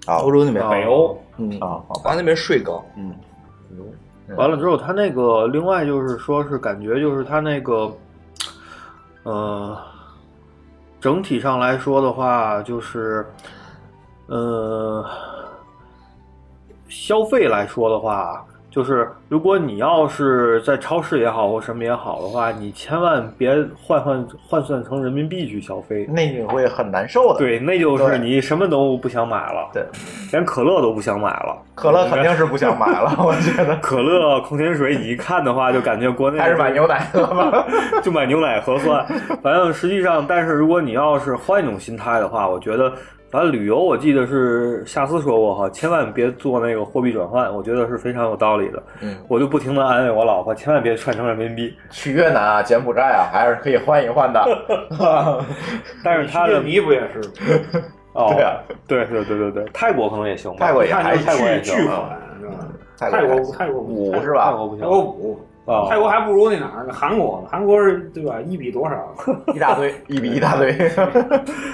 G: 啊，
I: 欧洲那边
H: 北欧，
I: 嗯，
G: 啊，好吧，
I: 他那边税高，
J: 完了之后，他那个另外就是说是感觉就是他那个，呃，整体上来说的话，就是，呃，消费来说的话，就是如果你要是在超市也好或什么也好的话，你千万别换换换算成人民币去消费，
G: 那你会很难受的。，
J: 对，那就
G: 嗯对
J: 是你什么都不想买了，
G: 对，
J: 连可乐都不想买了。
G: 可乐肯定是不想买 了，我觉得
J: 可乐、矿泉水，你一看的话，就感觉国内
G: 还是买牛奶喝吧。
J: 就买牛奶合算。反正实际上，但是如果你要是换一种心态的话，我觉得，反正旅游，我记得是夏思说过哈，千万别做那个货币转换，我觉得是非常有道理的。
I: 嗯
J: 我就不停的安慰我老婆，千万别串成人民 币。
G: 去越南啊、柬埔寨啊，还是可以换一换的。
J: 但是他的
H: 尼不也是
J: 哦，
G: 对啊
J: 对对对对对，泰国可能也行吧，
G: 泰国也
J: 看
G: 还
J: 泰国也
H: 巨
J: 行
H: 巨
J: 啊
H: 款是吧？
G: 啊泰
H: 泰
G: 国
H: 国泰国
G: 五是
J: 泰
G: 吧？哦
J: 国不
H: 泰国
J: 行
H: 五，
J: 啊，
H: 泰国还不如那哪儿呢？韩国呢，韩国是对吧？一比多少？
G: 一大堆，一比一大堆，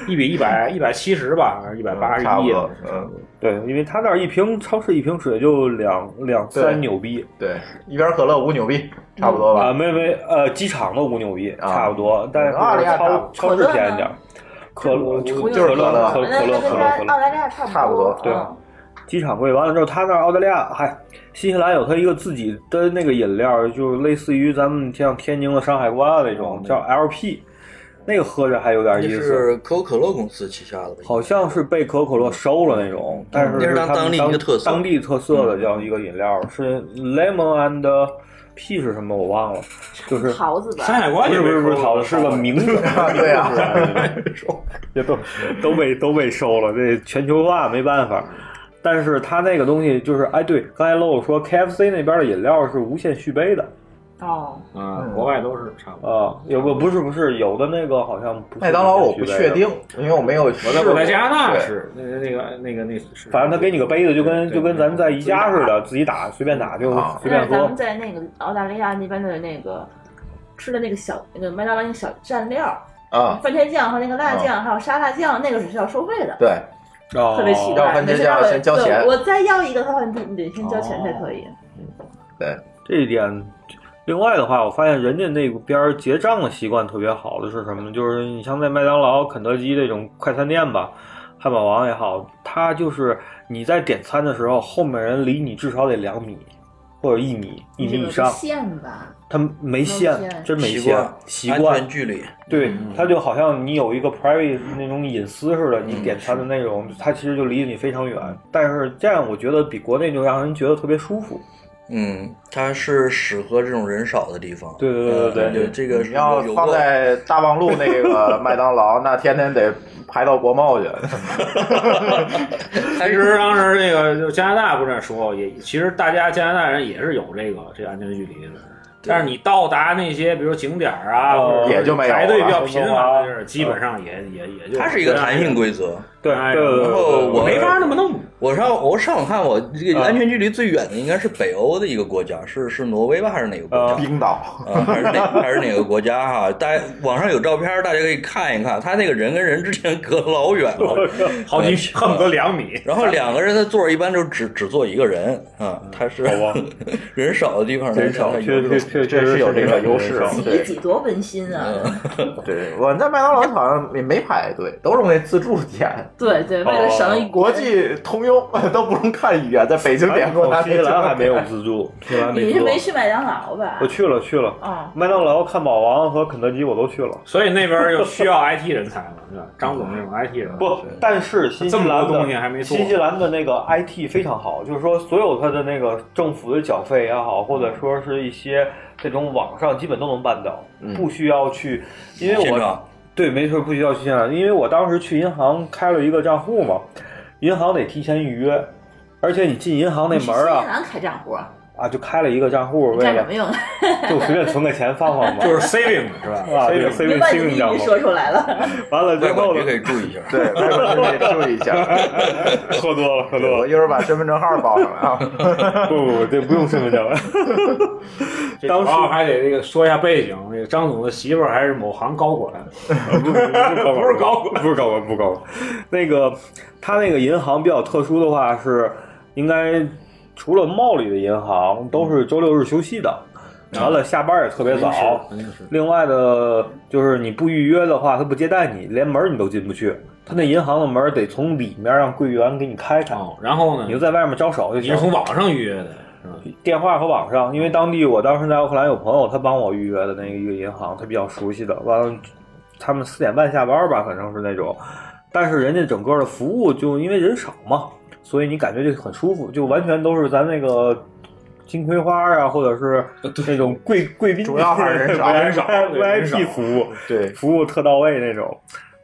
H: 一比一百一百七十吧，还是一百八十
G: 差不
H: 一？
G: 多。嗯，
J: 对，因为他那儿一瓶超市一瓶水就两两
G: 对
J: 三纽币。
G: 对，一边可乐五纽币，差不多
J: 啊，
G: 吧？
J: 没没，呃，机场的五纽币
G: 啊
J: 差不多，但是
G: 澳大利亚差
J: 超
G: 不
J: 超市便宜点儿。可乐
G: 就是
J: 可
G: 可乐
J: 乐可
K: 那那
J: 可
K: 跟
J: 乐可
K: 这
J: 乐可
K: 澳
J: 乐，
K: 大利亚差
G: 差不
K: 多
G: 多，
J: 对
K: 嗯
J: 机场贵。完了之后，他那儿澳大利亚，嗨，新西兰有他一个自己的那个饮料，就是类似于咱们像天津的山海关啊那种，叫 LP，那个喝着还有点
I: 那
J: 意思。
I: 是可口可乐公司旗下的吧？
J: 好像是被可口可乐收了那种，但是
I: 那是
J: 他
I: 当当
J: 们
I: 地一个特色
J: 当地特色的叫一个饮料，是 lemon and P 是什么我忘了，就是
K: 桃子吧
H: 山海关
J: 不
H: 也
J: 是不
H: 没
J: 是不是
H: 收
J: 桃子，是个名字，
G: 对啊呀
J: 也都都被都被收了，这全球化没办法。但是它那个东西就是，哎，对，刚才漏说 KFC 那边的饮料是无限续杯的，
K: 哦，
H: 嗯，国外都是差不多。
J: 啊，有个不是不是，有的那个好像不是
G: 麦当劳我
J: 必
G: 不
J: 须的
G: 确定，因为我没有
H: 我
G: 试
H: 在
G: 过。
H: 我在加拿大
G: 对
H: 是那个那个那个那个是，
J: 反正他给你个杯子，就跟就跟咱们在宜家似的，自己打随便打就
G: 啊
J: 随
K: 但
J: 便
K: 是咱
J: 喝
K: 们。在那个澳大利亚那边的那个吃的那个小那个麦当劳那个小蘸料，
G: 啊，
K: 番茄酱和那个辣酱，还有沙拉酱，那个是需要收费的，
G: 对，
J: 特
K: 特别
J: 哦
K: 奇
G: 要
K: 怪。
G: 番
K: 每
G: 茄
K: 次
G: 酱
K: 让我
G: 先交钱
K: 对我再要一个的话，你你得先交钱
J: 哦
K: 才可以。
G: 对，
J: 这一点。另外的话，我发现人家那边儿结账的习惯特别好的是什么？就是你像在麦当劳、肯德基这种快餐店吧，汉堡王也好，它就是你在点餐的时候，后面人离你至少得两米或者一米、一米以上，
K: 线吧，
J: 他没限
K: 没限，
J: 真没
I: 习
J: 限
I: 惯，
J: 习惯
I: 安全距嗯离。
J: 对，它就好像你有一个 private 那种隐私似的，
I: 嗯
J: 你点餐的内容，它其实就离你非常远。但是这样，我觉得比国内就让人觉得特别舒服。
I: 嗯，它是适合这种人少的地方。
J: 对对对对
I: 嗯
J: 对
I: 这个
G: 你要
I: 有有
G: 放
I: 过
G: 在大望路那 个麦当劳，那天天得排到国贸 去。
H: 其实当时那个就加拿大不是也说，也其实大家加拿大人也是有这个这个安全距离的，但是你到达那些比如景点儿啊，
J: 哦
H: 或者是
G: 也就没有了
H: 排队比较频
I: 啊
H: 繁的地儿，基本上也也也就
I: 它是一个弹性规则。
J: 对
H: 哎
J: 对对
I: 然
J: 对
I: 后我
H: 没法那么弄。
I: 我上我上网看，我这个
J: 啊
I: 安全距离最远的应该是北欧的一个国家，是是挪威吧，还是哪个国家？
G: 冰岛，
I: 啊，还是哪还是哪个国家哈、大家网上有照片，大家可以看一看，他那个人跟人之间隔老远了，
H: 好几恨不得两米，
I: 然后两个人的座儿一般就只只坐一个人啊，他是人少的地方，
G: 人少
I: 他有
J: 确
I: 这种
J: 确
G: 这
J: 确确
G: 是
J: 实
G: 有这个优势
J: 人少
G: 对
K: 挤一挤多温馨啊！
G: 对，我在麦当劳好像也没排队，都是用那自助点。
K: 对对，为了省一
J: 哦
G: 国际通用 都不用看语言，在北京点过
J: 我
G: 来。
J: 新西兰还没有自助，新西兰
K: 你是
J: 没自助啊
K: 没。去麦当劳吧
J: 我？去了去了，
K: 哦，
J: 麦当劳、汉堡王和肯德基我都去了。
H: 所以那边又需要 IT 人才嘛，是吧？张总这种 IT 人才
J: 不，但是新西
H: 这么
J: 兰
H: 多
J: 的
H: 东西还没做
J: 新西兰的那个 IT 非常好，就是说所有它的那个政府的缴费也好，或者说是一些这种网上基本都能办到，不需要去，因为
I: 现
J: 我
I: 场
J: 对没事不需要去现场，因为我当时去银行开了一个账户嘛，银行得提前预约，而且你进银行那
K: 你去
J: 门儿
K: 新西
J: 啊
K: 兰开账户啊，
J: 啊就开了一个账户，
K: 你
J: 为
K: 干什
J: 了
K: 么用？
J: 就随便存个钱放放嘛，
H: 就是 saving 是吧？
J: 啊对
H: saving
J: 非
K: 你
J: 常
K: 把你的
J: 幸运
K: 秘
J: 账
K: 密
J: 户
K: 说出来了，
J: 完了之
I: 外
J: 后
I: 管
J: 呢
I: 局，可以注意一下。
G: 对，外国人得注意一 下。
J: 喝多了喝多了
G: 我。一会儿把身份证号报上来 啊。
J: 不不不，这不用身份证。
H: 这
J: 当
H: 主要
J: 时
H: 还得这个说一下背景，这个张总的媳妇儿还是某行高管，
J: 不是高管，不是高管，不是高管。那个他那个银行比较特殊的话是，应该除了茂里的银行都是周六日休息的，完了下班也特别早。
H: 肯定是
J: 另外的，就是你不预约的话，他不接待你，连门儿你都进不去。他那银行的门儿得从里面让柜员给你开开，
H: 哦。然后呢，
J: 你就在外面招手就
H: 你
J: 行
H: 是。从网上预约的，是吧？
J: 电话和网上，因为当地我当时在乌克兰有朋友，他帮我预约的那个一个银行，他比较熟悉的。完了，他们四点半下班吧，反正是那种。但是人家整个的服务就因为人少嘛，所以你感觉就很舒服，就完全都是咱那个金葵花啊，或者是那种贵贵宾，
G: 主要还是 人少
J: VIP
H: 人少对人少
J: VIP 服务。
G: 对，
J: 服务特到位那种。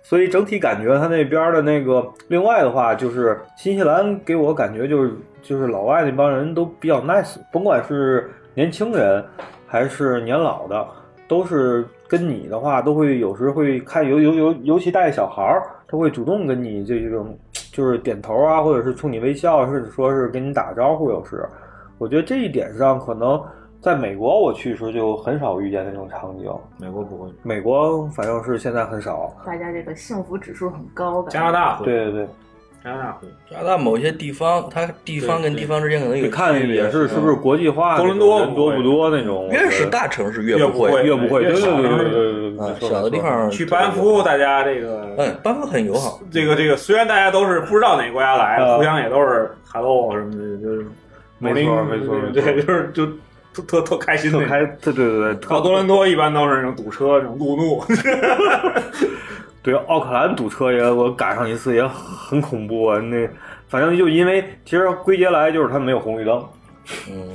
J: 所以整体感觉他那边儿的那个，另外的话就是新西兰给我感觉就是就是老外那帮人都比较 nice，甭管是年轻人还是年老的，都是跟你的话都会有时会看尤尤尤尤其带小孩儿，他会主动跟你这种就是点头啊，或者是冲你微笑，甚至说是跟你打个招呼。有时我觉得这一点上可能在美国我去的时候就很少遇见那种场景。
H: 美国不会，
J: 美国反正是现在很少。
K: 大家这个幸福指数很高，感觉
H: 加拿大会，
J: 对对对，
H: 加拿大会，
I: 加拿大某些地方，它地方跟地方之间可能有
J: 你看
I: 区别嗯
J: 也是是不是国际化？
H: 多伦多
J: 人多不多那种？
I: 越是大城市越
H: 越
I: 不
H: 不会
J: 越不会，
H: 越
J: 对对
H: 少
J: 对对对对
I: 啊，
J: 对，
I: 小的地方
H: 去班夫，大家这个
I: 嗯，班夫很友好，
H: 这个这个，虽然大家都是不知道哪个国家来的，
J: 啊
H: 互相也都是 hello 什么的，就是
J: 没错没错没错
H: 对，就是就特特特开心
J: 特
H: 那种。
J: 开，对对对，特
H: 到多伦多一般都是那种堵车，那种路怒。
J: 对，奥克兰堵车也我赶上一次也很恐怖啊。那反正就因为其实归结来就是它没有红绿灯，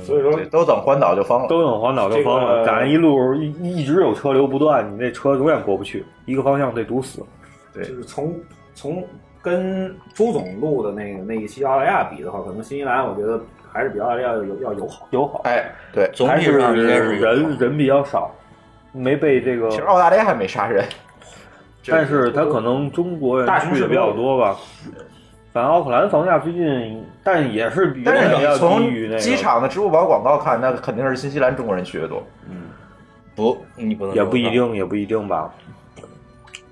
G: 所以说都等环岛就疯了，
J: 都等环岛就疯了。
G: 这个
J: 咱一路一一直有车流不断，你那车永远过不去，一个方向得堵死。
G: 对，
H: 就是从从跟朱总录的那个那一期澳大利亚比的话，可能新西兰我觉得还是比澳大利亚要要友好。
J: 友好，
G: 哎，对，
I: 总
J: 还
I: 体上应该是友好
J: 人人比较少，没被这个。
G: 其实澳大利亚还没杀人，
J: 但是他可能中国人
G: 大城
J: 去
G: 市
J: 的比较多吧。反正奥克兰房价最近，但也是比
G: 但是你
J: 要低于
G: 从
J: 那个
G: 机场的支付宝广告看，那肯定是新西兰中国人去的多。
J: 嗯，
I: 不，你不能
J: 也不一定，也不一定吧。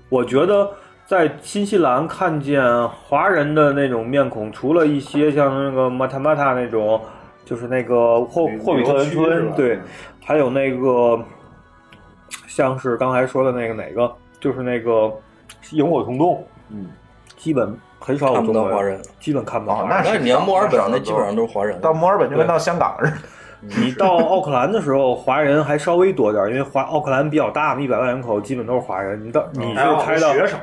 J: 我觉得在新西兰看见华人的那种面孔，除了一些像那个马塔马塔那种，就是那个霍霍比特
H: 旅
J: 人
H: 游区是
J: 村
H: 吧，
J: 对，还有那个像是刚才说的那个哪个，就是那个萤火虫洞，
H: 嗯，
J: 基本很少有
I: 看不
J: 中
I: 到
J: 国
I: 华人，
J: 基本看不到
H: 啊
J: 华人。
G: 哦那是
I: 你要墨尔本
G: 少
I: 那基本上都是华人，
G: 到墨尔本就跟到香港似的。
J: 你到奥克兰的时候，华人还稍微多点儿，因为华奥克兰比较大嘛，一百万人口基本都是华人。你到你
H: 还有
J: 就
H: 好
J: 开
H: 多
J: 到
H: 学生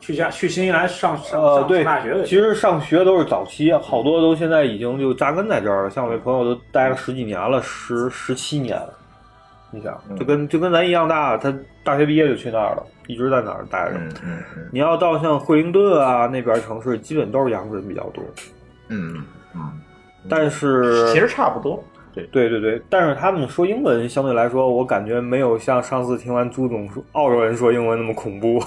H: 去家去新西兰上上
J: 呃，
H: 上
J: 对
H: 上大学，的，
J: 其实上学都是早期，好多都现在已经就扎根在这儿了。像我那朋友都待了十几年了，十十七年了。你想，
G: 嗯
J: 就跟就跟咱一样大，他大学毕业就去那儿了，一直在那儿待着。
G: 嗯
J: 你要到像惠灵顿啊那边城市，基本都是洋人比较多。
G: 嗯嗯，
J: 但是
G: 其实差不多。对
J: 对对对，但是他们说英文相对来说，我感觉没有像上次听完朱总说澳洲人说英文那么恐怖，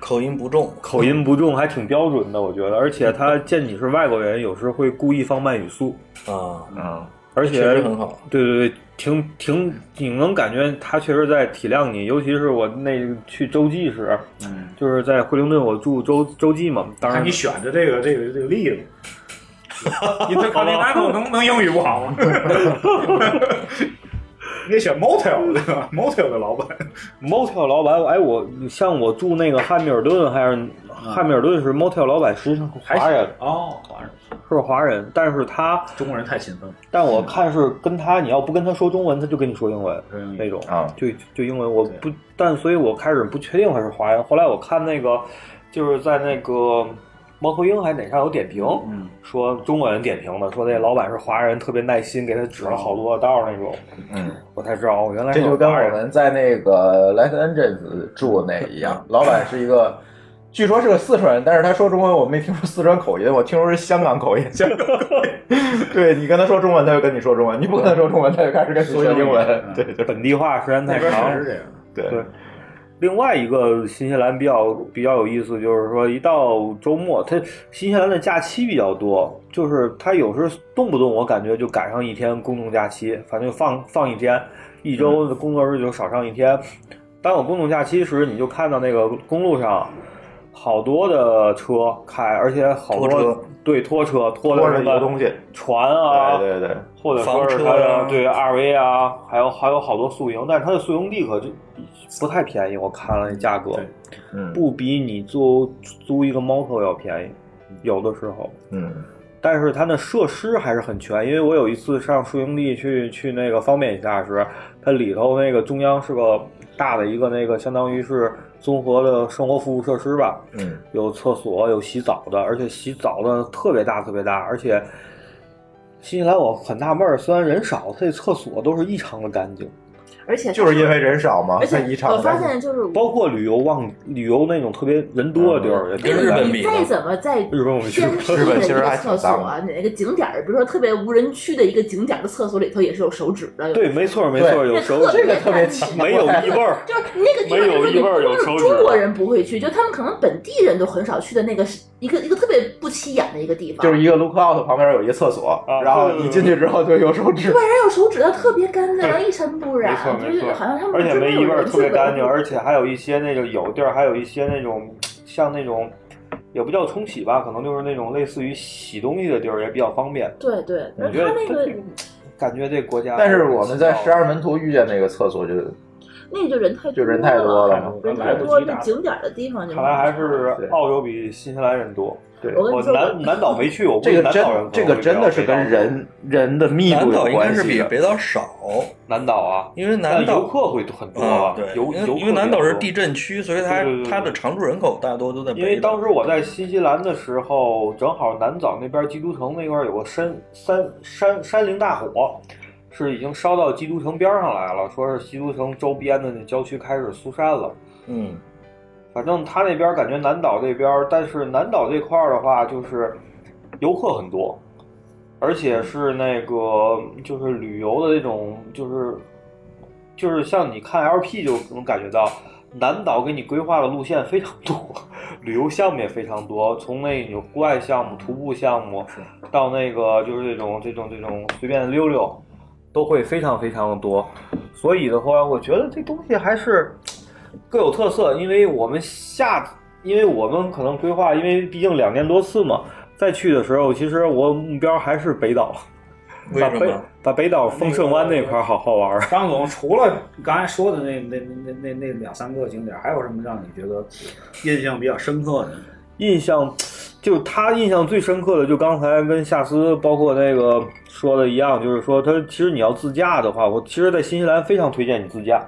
I: 口音不重，
J: 口音不重，还挺标准的，我觉得。而且他见你是外国人，有时候会故意放慢语速，
I: 啊，
G: 嗯，
J: 而且
I: 确实很好。
J: 对对对，挺挺，你能感觉他确实在体谅你，尤其是我那个去洲际时，
H: 嗯，
J: 就是在惠灵顿，我住洲洲际嘛，当然
H: 看你选的这个这个这个例 子，你这考你哪口能能英语不好吗？你得选 motel 对吧？motel 的老板，
J: motel 老板，哎，我像我住那个汉密尔顿，还
H: 嗯
J: 是汉密尔顿是 motel 老板，实际上是华人，
H: 哦，华人，
J: 是华人，但是他，
H: 中国人太勤奋了。
J: 但我看是跟他，你要不跟他说中文，他就跟你说英文那种
G: 啊，
J: 就就英文，我不，但所以我开始不确定他是华人，后来我看那个就是在那个。猫头鹰还哪上有点评，
H: 嗯
J: 说中文点评的，说那老板是华人，特别耐心，给他指了好多道那种，
G: 嗯，
J: 我才知道哦，原来
G: 这
J: 是
G: 就跟
J: 华
G: 我
J: 人
G: 们在那个莱克恩镇子住那一 样，老板是一个，据说是个四川人，但是他说中文我没听说四川口音，我听说是香港口音。香港口音，对你跟他说中文，他就跟你说中文；你不跟他说中文，他就开始跟你说英文。对，就
J: 本地化时间太长，
G: 嗯对
J: 对。另外一个新西兰比较比较有意思，就是说一到周末，它新西兰的假期比较多，就是它有时候动不动我感觉就赶上一天公众假期，反正就放放一天，一
G: 嗯
J: 周的工作日就少上一天。当有公众假期时，你就看到那个公路上好多的车开，而且好多
I: 拖车
J: 对拖车
G: 拖
J: 拖的
G: 着
J: 什
G: 一个
J: 么
G: 东西
J: 船啊，
G: 对对对
J: 或者说是它的对 RV 啊，还有还有好多宿营，但是它的宿营地可就不太便宜，我看了那价格，
G: 嗯
J: 不比你租租一个 motel 要便宜，有的时候。
G: 嗯
J: 但是它的设施还是很全，因为我有一次上宿营地去去那个方便一下时，它里头那个中央是个大的一个那个相当于是综合的生活服务设施吧，
G: 嗯，
J: 有厕所，有洗澡的，而且洗澡的特别大特别大，而且新西兰我很纳闷儿，虽然人少，它这厕所都是异常的干净，
K: 而
G: 嗯
K: 且
J: 就是因为人少嘛
K: 而且
J: 它异常
K: 我
J: 的干
K: 发
J: 净
K: 现就是
J: 包括旅游旺旅游那种特别人多的地儿，也
K: 嗯
J: 特别干净
K: 你再怎么在
J: 啊 日本我们去
K: 偏僻的
J: 日本
K: 一
J: 其实
K: 个
J: 还
K: 厕
J: 挺
K: 所
J: 脏的
K: 啊，你那个景点儿，比如说特别无人区的一个景点儿的厕所里头也是有手指的。
J: 对，没错没错，有时候
K: 这个特别奇怪
J: 没有异味儿，
K: 就是那个地方
J: 没有
K: 就是
J: 异味儿有啊
K: 就是
J: 手指
K: 中国人不会去，就他们可能本地人都很少去的那个是一个一个特别不起眼的一个地方。
G: 就是一个 lookout 旁边有一个厕所，然后你进去之后就有手指
K: 突。然有手指的特别干净，然后一尘不染
J: 没错，没
K: 就是
J: 错，
K: 好像他们
J: 而且
K: 真的
J: 没
K: 有
J: 异味儿，
K: 人
J: 特别
K: 去闻
J: 干净，而且还有一些那个有地儿，还有一些那种像那种也不叫冲洗吧，可能就是那种类似于洗东西的地儿，也比较方便。
K: 对对，
J: 我
K: 然后
J: 觉得
K: 他那个
J: 感觉这国家，
G: 但是我们在十二门徒遇见那个厕所就
K: 那就人太多
G: 就人太多了
K: 人太多那景点的地方就
J: 哦看来还是澳洲比新西兰人多。
G: 对
K: 我跟
J: 我
K: 你说
J: 南南岛没去，我
G: 这个
J: 南
G: 真
J: 岛人可能
G: 这个
J: 会
G: 真
J: 比
G: 的
J: 较
G: 是
J: 北
G: 跟人人的密
I: 南
G: 度有
I: 岛应该
G: 关
I: 是
G: 系啊
I: 比
G: 的。
I: 北岛少，
J: 南岛啊，
I: 因为南岛
J: 游客会很多吧
I: 嗯，对，
J: 游
I: 因
J: 游
I: 为
J: 客
I: 因为南岛是地
J: 比较多。
I: 震区，所以它
J: 对对对对
I: 它的常住人口大多都在北岛。
J: 因为当时我在新西兰的时候，正好南岛那边基督城那块儿有个山山山山林大火，是已经烧到基督城边上来了，说是基督城周边的那郊区开始疏散了。
I: 嗯，
J: 反正他那边感觉南岛这边，但是南岛这块儿的话，就是游客很多，而且是那个就是旅游的那种，就是就是像你看 LP 就能感觉到，南岛给你规划的路线非常多， 旅游项目也非常多，从那有户外项目、徒步项目，到那个就是这种这种这种随便溜溜，都会非常非常的多。所以的话，我觉得这东西还是各有特色，因为我们下，因为我们可能规划，因为毕竟两年多次嘛，再去的时候，其实我目标还是北岛，
I: 为
J: 把
I: 什
J: 北
I: 么？，
J: 把北岛丰盛湾那块儿好好玩儿。
H: 张总，除了刚才说的那那那那那那两三个景点，还有什么让你觉得印象比较深刻的？
J: 印象，就他印象最深刻的，就刚才跟夏思包括那个说的一样，就是说他其实你要自驾的话，我其实，在新西兰非常推荐你自驾。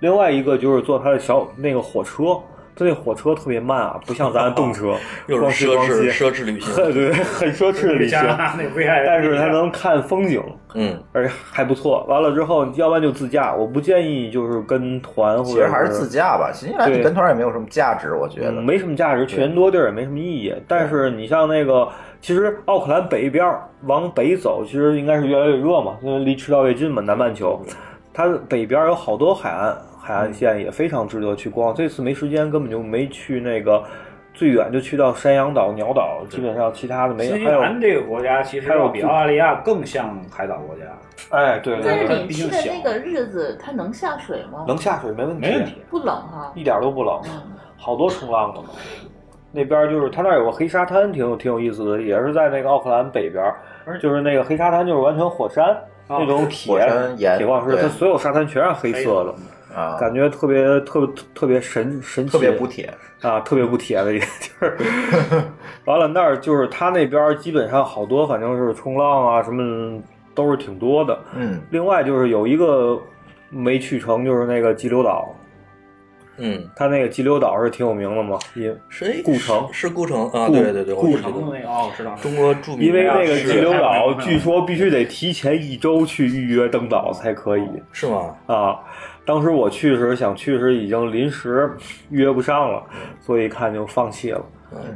J: 另外一个就是坐他的小那个火车，他那火车特别慢啊，不像咱的动车
I: 又是奢
J: 光吃
I: 侈
J: 光歇
I: 奢侈旅行
J: 对，很奢侈的旅行
H: 加拿大那危害，
J: 但是它能看风景，
I: 嗯，
J: 而且还不错。完了之后，要不然就自驾，我不建议就是跟团或者
G: 其实还是自驾吧，新西兰你
J: 对
G: 跟团也没有什么价值，我觉得。
J: 嗯没什么价值，去人多地儿也没什么意义。但是你像那个，其实奥克兰北边儿往北走，其实应该是越来越热嘛，因为离赤道越近嘛，南半球，
G: 嗯
J: 它北边儿有好多海岸海岸线也非常值得去逛。这次没时间，根本就没去那个。最远就去到山羊岛、鸟岛，基本上其他的没有。
H: 新西
J: 还有，
H: 兰这个国家其实要比澳大利亚更像海岛国家，
J: 哎，对对
K: 但
J: 对，
K: 是
H: 对
K: 你去的那个日子，它能下水吗？
J: 能下水没问题，
H: 没问题。
K: 不冷啊？
J: 一点都不冷，好多冲浪的嘛。那边就是它那儿有个黑沙滩，挺有挺有意思的，也是在那个奥克兰北边儿，就是那个黑沙滩就是完全火山、那种铁
G: 火山岩
J: 铁矿石，
G: 对
J: 它所有沙滩全是黑色的，
G: 啊，
J: 感觉特别特别特别神神奇，
G: 特别补铁。
J: 啊，特别不铁的一个地 儿。完了那儿就是他那边儿基本上好多，反正就是冲浪啊什么都是挺多的。
G: 嗯
J: 另外就是有一个没去成，就是那个激流岛，
I: 嗯，
J: 它那个激流岛是挺有名的嘛，因
I: 谁
J: 故城
I: 是顾城啊？
J: 顾
I: 对对对，我
J: 顾
I: 知道
H: 成那个哦，我知道。
I: 中国著名
J: 因为那个
I: 是
J: 激流岛
H: 是
J: 据说必须得提前一周去预约登岛才可以
I: 是吗？嗯
J: 啊。当时我去的时候想去的时候已经临时约不上了，所以一看就放弃了。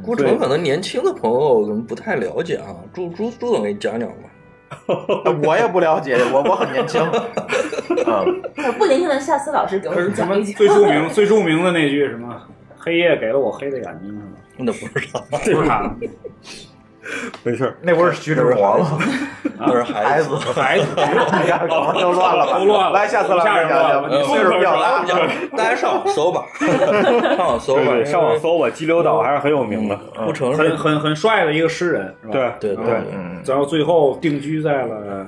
I: 顾城可能年轻的朋友可能不太了解啊，朱朱朱总给你讲讲吧。
G: 我也不了解，我我很年轻。嗯，
K: 不年轻的夏思老师给我
H: 它
K: 们
H: 是什
K: 讲
H: 么
K: 一讲。
H: 最著 名最著名的那句什么？黑夜给了我黑的眼睛是吗？
I: 那不是他，
H: 不是他，
J: 没事儿，
G: 那不是徐志摩 吗？
J: 啊
I: 那是孩子。
H: 孩子，
G: 哎呀，搞得都乱了吧？
H: 都乱了
G: 来，下次老师
H: 吓人
G: 讲
H: 了
G: 讲，
H: 你
G: 你岁数比较
J: 啊
G: 大。
I: 大家上网搜 吧，上网搜
J: 对
I: 吧
J: 对，，上网搜吧，激流岛还是很有名的。
I: 顾城是
H: 很很很帅的一个诗人是吧？
J: 对
I: 对
H: 对
G: 嗯，
H: 然后最后定居在了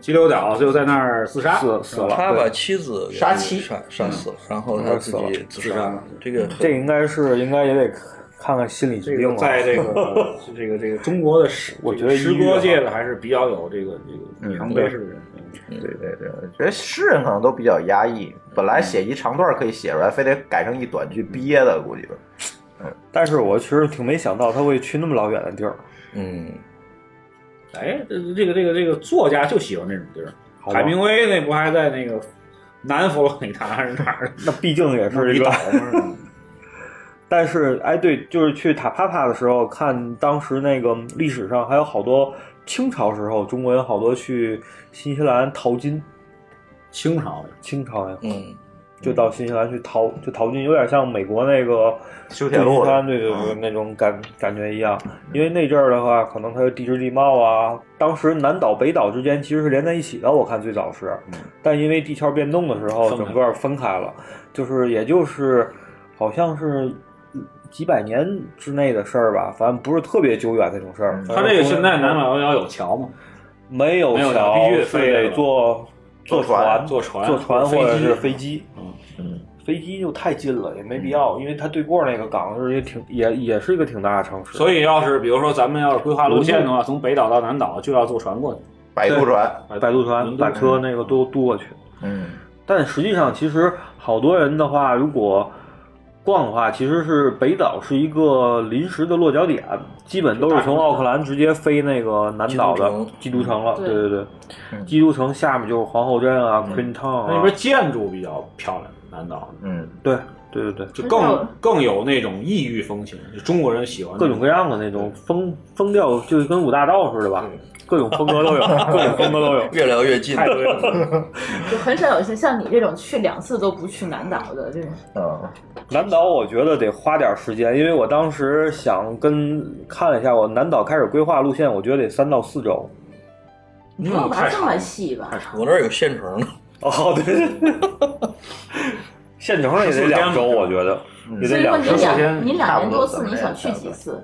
H: 激流岛，就在那儿自杀，
J: 死死了
I: 他把妻子给
G: 杀妻
I: 杀杀
J: 嗯
I: 死了，然后他自己自杀了。这个很
J: 这个应该是应该也得看看心理疾
H: 这
J: 病
H: 个
J: 吧。
H: 在这 个这个这个中国的诗，
J: 我觉得
H: 诗
J: 音乐
H: 歌
J: 啊
H: 界的还是比较有这个这个里程碑式的人。嗯
G: 对对对，我觉得诗人可能都比较压抑，本来写一长段可以写出来，非得改成一短句憋的，估计。
J: 但是我其实挺没想到他会去那么老远的地儿。
I: 嗯，
H: 哎，这这个这个这个作家就喜欢这种地儿。
J: 吧
H: 海明威那不还在那个南佛罗里达还是哪儿？
J: 那毕竟也是一个
H: 岛
G: 嗯
H: 吗？
J: 但是，哎，对，就是去塔帕帕的时候，看当时那个历史上还有好多清朝时候中国人好多去新西兰淘金，
H: 清朝
J: 清朝呀，
I: 嗯，
J: 就到新西兰去淘，就淘金，有点像美国那个
G: 修铁路的嗯
J: 旧金山对对对，那种感感觉一样。因为那阵儿的话，可能它的地质地貌啊，当时南岛北岛之间其实是连在一起的，我看最早是，
G: 嗯
J: 但因为地壳变动的时候，
H: 分开
J: 整个分开了，就是也就是好像是。几百年之内的事儿吧，反正不是特别久远那种事
G: 嗯
J: 儿。
H: 他这个现在南马幺幺有桥吗？
J: 没有
H: 没有
J: 桥，
H: 必须得
J: 是
H: 飞
J: 得
H: 了
J: 坐
G: 坐
J: 船、
G: 船
H: 坐船
J: 坐船
H: 或
J: 或
H: 者
J: 者
H: 飞机
J: 是飞机。
G: 嗯，
J: 飞机就太近了，也没
H: 嗯
J: 必要，因为它对过那个港是也挺也也是一个挺大的城市。
H: 所以要是比如说咱们要是规划路线的话，从北岛到南岛就要坐船过去，
G: 摆渡船，
J: 摆渡船，把车那个都渡过去。
G: 嗯，
J: 但实际上，其实好多人的话，如果逛的话，其实是北岛是一个临时的落脚点，基本都是从奥克兰直接飞那个南岛的基督城嗯了。
H: 对嗯
J: 对对对，基督城下面就是皇后镇啊、Queenstown 啊，
H: 那边建筑比较漂亮，南岛
G: 嗯，
J: 对对对对，
H: 就更更有那种异域风情，就中国人喜欢
J: 各种各样的那种风风调，就跟五大道似的吧，各种风格都有，各种风格都有，
I: 越聊越近
J: 太对了。
K: 就很少有像像你这种去两次都不去南岛的这种。
J: 南岛我觉得得花点时间，因为我当时想跟看了一下，我南岛开始规划路线，我觉得得三到四周。
K: 你不要玩这么细吧？
I: 我那儿有现成的。
J: 哦，对对 对，县城上也得两周，我 觉得也
K: 所
J: 得
K: 以说
J: 两
K: 你
J: 周。
K: 两你两年多次，你想去几次？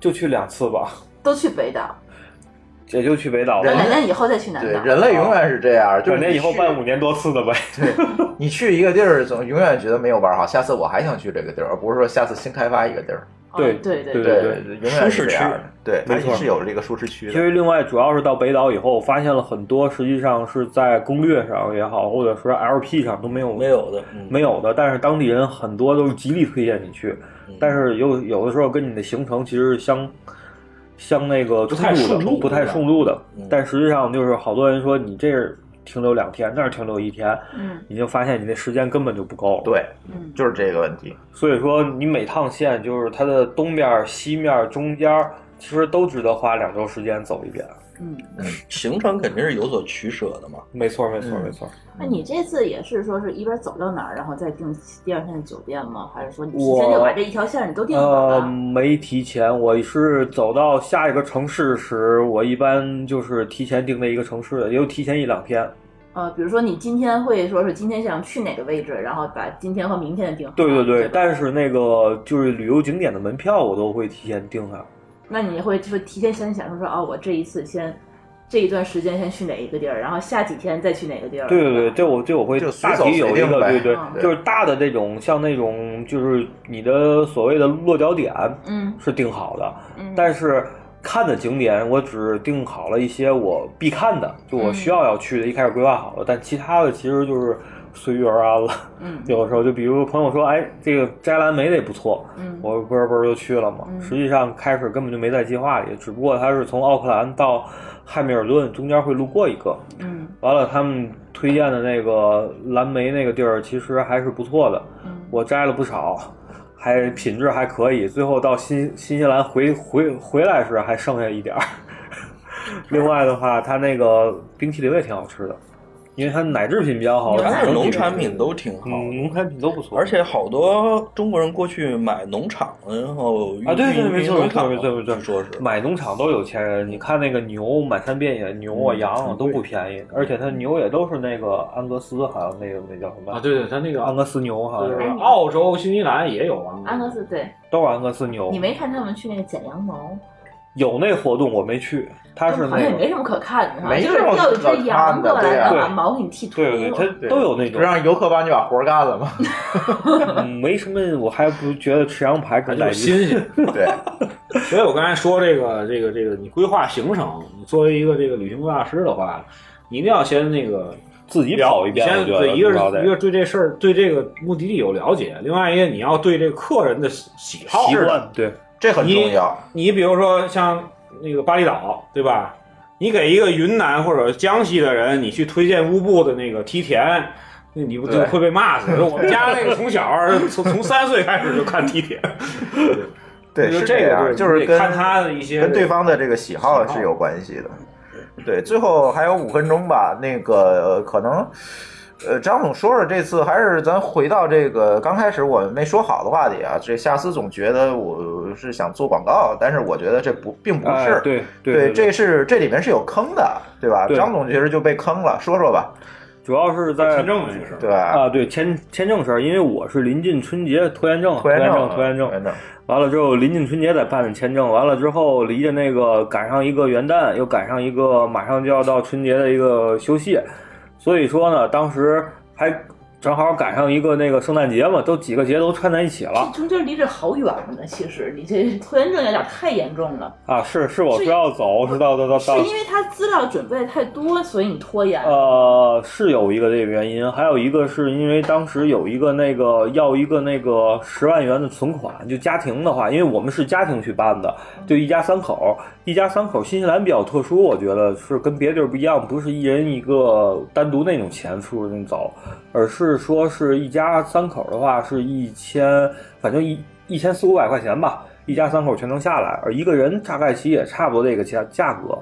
J: 就去两次吧，
K: 都去北岛，
J: 也就去北岛吧。
K: 两年以后再去南
G: 对，
K: 岛。
G: 人类永远是这样，就是
J: 两年以后办五年多次的呗。
G: 你去一个地儿，总永远觉得没有玩好，下次我还想去这个地儿，而不是说下次新开发一个地儿。
J: 对
K: 啊对
J: 对
G: 对
J: 对，
G: 永远是这样的。对，
J: 没错
G: 它是有这个舒适区
J: 因
G: 的。
J: 为另外，主要是到北岛以后，发现了很多实际上是在攻略上也好，或者说 LP 上都没有
I: 没有的，嗯
J: 没有的。但是当地人很多都是极力推荐你去，
I: 嗯
J: 但是有有的时候跟你的行程其实是相相那个
H: 不
J: 冲
H: 太
J: 突
H: 顺路
J: 的，不太
H: 是吧
J: 顺路的。但实际上就是好多人说你这儿停留两天，那儿停留一天，
K: 嗯，
J: 你就发现你那时间根本就不够了。
G: 对，
K: 嗯，
G: 就是这个问题。
J: 所以说，你每趟线就是它的东面儿、西面儿、中间儿，其实都值得花两周时间走一遍。
K: 嗯，
I: 行程肯定是有所取舍的嘛。
J: 没错，没错，没错。
K: 那你这次也是说是一边走到哪儿，然后再订第二天的酒店吗？还是说你提前就把这一条线儿你都定好
J: 呃，
K: 了？
J: 没提前，我是走到下一个城市时，我一般就是提前定在一个城市的，也有提前一两天。
K: 呃，比如说你今天会说是今天想去哪个位置，然后把今天和明天的定好。
J: 对对对，但是那个就是旅游景点的门票，我都会提前订上。
K: 那你会说提前先想说说哦，我这一次先这一段时间先去哪一个地儿，然后下几天再去哪个地儿。
J: 对对对，这我这我会
G: 嗯随
J: 大
G: 走
J: 体
G: 随
J: 有一
G: 定
J: 个，
G: 呗
J: 对对
G: 嗯，
J: 对就是大的那种，像那种就是你的所谓的落脚点，
K: 嗯，
J: 是定好的，
K: 嗯
J: 但是看的景点我只定好了一些我必看的，就我需要要去的，一开始规划好了，但其他的其实就是随遇而安了。
K: 嗯
J: 有的时候就比如朋友说，哎，这个摘蓝莓的也不错，
K: 嗯
J: 我不是不是就去了嘛。实际上开始根本就没在计划里，只不过他是从奥克兰到汉密尔顿中间会路过一个，
K: 嗯，
J: 完了他们推荐的那个蓝莓那个地儿其实还是不错的，我摘了不少，还品质还可以。最后到新新西兰回回回来时还剩下一点儿。 另外的话，它那个冰淇淋也挺好吃的，因为它奶制品比较好，
I: 它是
J: 整体
I: 农
J: 的
I: 产品都挺好，
J: 嗯农产品都不错，
I: 而且好多中国人过去买农场，然后
J: 啊，对对，
I: 运
J: 没
I: 运
J: 错
I: 农
J: 没错
I: 场
J: 没错没错，
I: 说是
J: 买农场都有钱人。你看那个牛，满山遍野牛啊、
H: 嗯
J: 羊啊
H: 很
J: 都
H: 贵
J: 不便宜，而且它牛也都是那个安格斯，好像那个那叫什么
H: 啊，对对，它那个
J: 安格斯牛好像
H: 就是
J: 是
H: 澳洲、新西兰也有啊。
K: 安格斯对，
J: 都是安格斯牛
K: 你。没看他们去那个剪羊毛，
J: 有那活动我没去，它是
K: 好
J: 那
K: 像也
J: 个
K: 没什么可看的，哈，
G: 没
K: 就是
G: 什么
K: 调一
G: 可
K: 只
G: 看
K: 羊
G: 的
K: 过来，
G: 对
K: 然后
J: 啊
K: 把毛给你剃秃
J: 对对
K: 了。
J: 对，它都有那
G: 就
H: 啊
J: 种，
G: 让游客帮你把活儿干了嘛。
J: 嗯没什么，我还不觉得吃羊排更带
H: 有
J: 劲。
H: 啊新鲜，
G: 对，
H: 所以我刚才说这个这个这个，你规划行程，你作为一个这个旅行规划师的话，你一定要先那个
J: 自己跑一遍
H: 先
J: 我觉得
H: 对，一个
J: 主要
H: 是
J: 得
H: 一个对这事儿对这个目的地有了解，另外一个你要对这个客人的喜好
J: 习惯，对，
G: 这很重要。
H: 你比如说像那个巴厘岛，对吧？你给一个云南或者江西的人，你去推荐乌布的那个梯田，那你不就
G: 对嗯
H: 会被骂死？我们家那个从小从从三岁开始就看梯田，
G: 对，
H: 就是这
G: 这
H: 个
G: 样，
H: 对
G: 就是
H: 你得
G: 跟
H: 看他的一些
G: 跟对方的这个喜好是有关系的。对，最后还有五分钟吧，那个呃可能。呃，张总说说这次还是咱回到这个刚开始我们没说好的话题啊。这夏思总觉得我是想做广告，但是我觉得这不并不
J: 哎
G: 是，
J: 对
G: 对
J: 对，
G: 这是这里面是有坑的，对吧？
J: 对
G: 张总其实就被坑了，说说吧，
J: 主要是在
H: 签证的这事儿。
G: 对吧？
J: 啊，对签签证事儿，因为我是临近春节拖延症啊，
G: 拖
J: 拖
G: 延
J: 延
G: 症
J: 症，
G: 啊
J: 拖延症
G: 拖延症，
J: 完了之后临近春节再办的签证，完了之后离着那个赶上一个元旦，又赶上一个马上就要到春节的一个休息，所以说呢，当时还正好赶上一个那个圣诞节嘛，都几个节都串在一起了
K: 中间离这好远呢，其实你这 拖延症有点太严重了。
J: 啊。是是，我说要走，是到到到
K: 是
J: 到，
K: 因为他资料准备的太多，所以你拖延了。
J: 呃，是有一个这个原因，还有一个是因为当时有一个那个要一个那个十万元的存款，就家庭的话，因为我们是家庭去办的，就一家三口，一家三口，新西兰比较特殊，我觉得是跟别的地儿不一样，不是一人一个单独那种钱出去走，而是说是一家三口的话是一千，反正一一千四五百块钱吧。一家三口全能下来，而一个人大概其实也差不多这个价价格，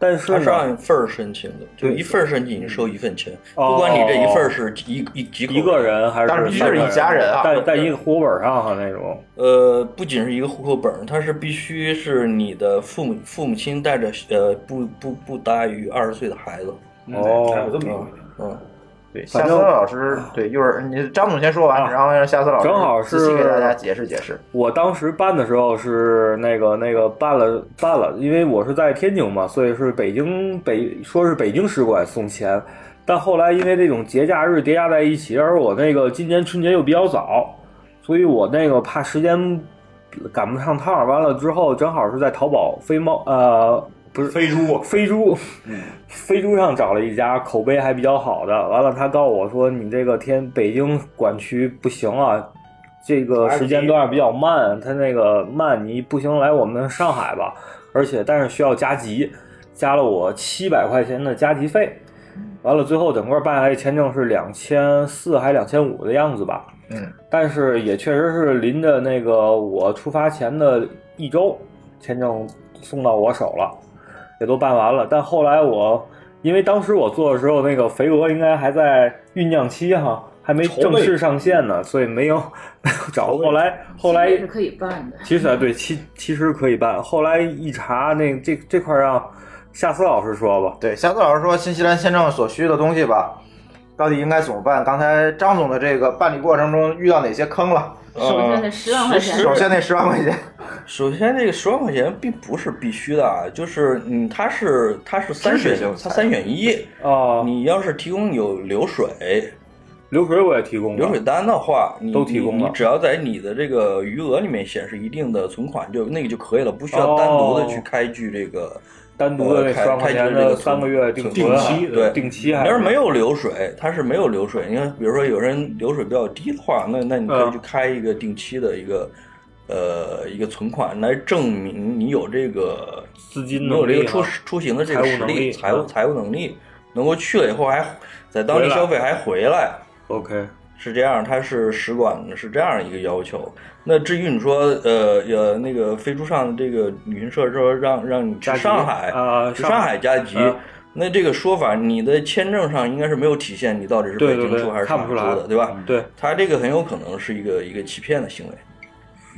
J: 但是
I: 它
J: 呢
I: 是按份儿申请的，就一份儿申请你收一份钱，
J: 哦
I: 不管你这一份儿是一一几口
J: 一个人还是
I: 但是是一家人啊
J: 但
G: 嗯
J: 但一个户口本上哈啊那种。
I: 呃，不仅是一个户口本儿，它是必须是你的父母父母亲带着呃不不不大于二十岁的孩子。
J: 哦
G: 还有这么一
I: 嗯嗯，
J: 对啊
G: 夏森老师，对，一会儿你张总先说完，然后让夏森老师
J: 正好是
G: 仔细给大家解释解释。
J: 我当时办的时候是那个那个办了办了，因为我是在天津嘛，所以是北京北说是北京使馆送钱，但后来因为这种节假日叠加在一起，而我那个今年春节又比较早，所以我那个怕时间赶不上趟儿，完了之后正好是在淘宝飞猫呃不是飞
H: 猪
J: 飞猪，飞猪上找了一家口碑还比较好的，完了他告诉我说你这个天北京管区不行啊，这个时间段比较慢，他那个慢你不行来我们上海吧，而且但是需要加急，加了我七百块钱的加急费，完了最后整个办下来签证是两千四还两千五的样子吧，
G: 嗯，
J: 但是也确实是临着那个我出发前的一周，签证送到我手了，也都办完了。但后来我因为当时我做的时候，那个肥鹅应该还在酝酿期哈，还没正式上线呢，所以没有 没有找。后来后来
K: 其实也是可以办的。
J: 其实啊，对，其其实可以办。后来一查，那这这块儿让夏思老师说吧。
G: 对，夏森老师说新西兰签证所需的东西吧，到底应该怎么办？刚才张总的这个办理过程中遇到哪些坑了？
J: 呃
K: 首先那10万块钱
G: 首先那十万块钱，
I: 首先这个十万块钱并不是必须的啊，就是嗯，它是它是三选
G: 知识型，
I: 它三选一
J: 哦。
I: 你要是提供有流水，
J: 流水我也提供，
I: 流水单的话，你
J: 都提供
I: 你
J: 了
I: 你只要在你的这个余额里面显示一定的存款，就那个就可以了，不需要单独的去开具这个。
J: 哦单独的那
I: 呃开
J: 十万块
I: 开具
J: 钱
I: 这
J: 的
I: 个
J: 三个月定
I: 存
J: 存
I: 款
J: 定期呃
I: 对
J: 定期还
I: 要是
J: 是
I: 没有流水，它是没有流水。你看，比如说有人流水比较低的话，那那你
J: 嗯
I: 可以去开一个定期的一个呃一个存款，来证明你有这个
J: 资金
I: 你有这个
J: 能力
I: 出
J: 啊
I: 出行的这个
J: 财务
I: 实
J: 能力
I: 力、财务
J: 嗯
I: 财务能力，能够去了以后还在当地
J: 回来
I: 消费还回来。
J: OK，
I: 是这样，它是使馆是这样一个要求。那至于你说，呃呃，那个飞猪上这个旅行社说让让你去
J: 加急
I: 上海，
J: 啊
I: 去
J: 上
I: 上海加急
J: 嗯，
I: 那这个说法，你的签证上应该是没有体现你到底是
J: 对
I: 北
J: 对
I: 京
J: 对
I: 出还是
J: 看
I: 上
J: 不
I: 海
J: 出
I: 出
J: 来嗯
I: 的，对吧？
J: 对，
I: 它这个很有可能是一个一个欺骗的行为，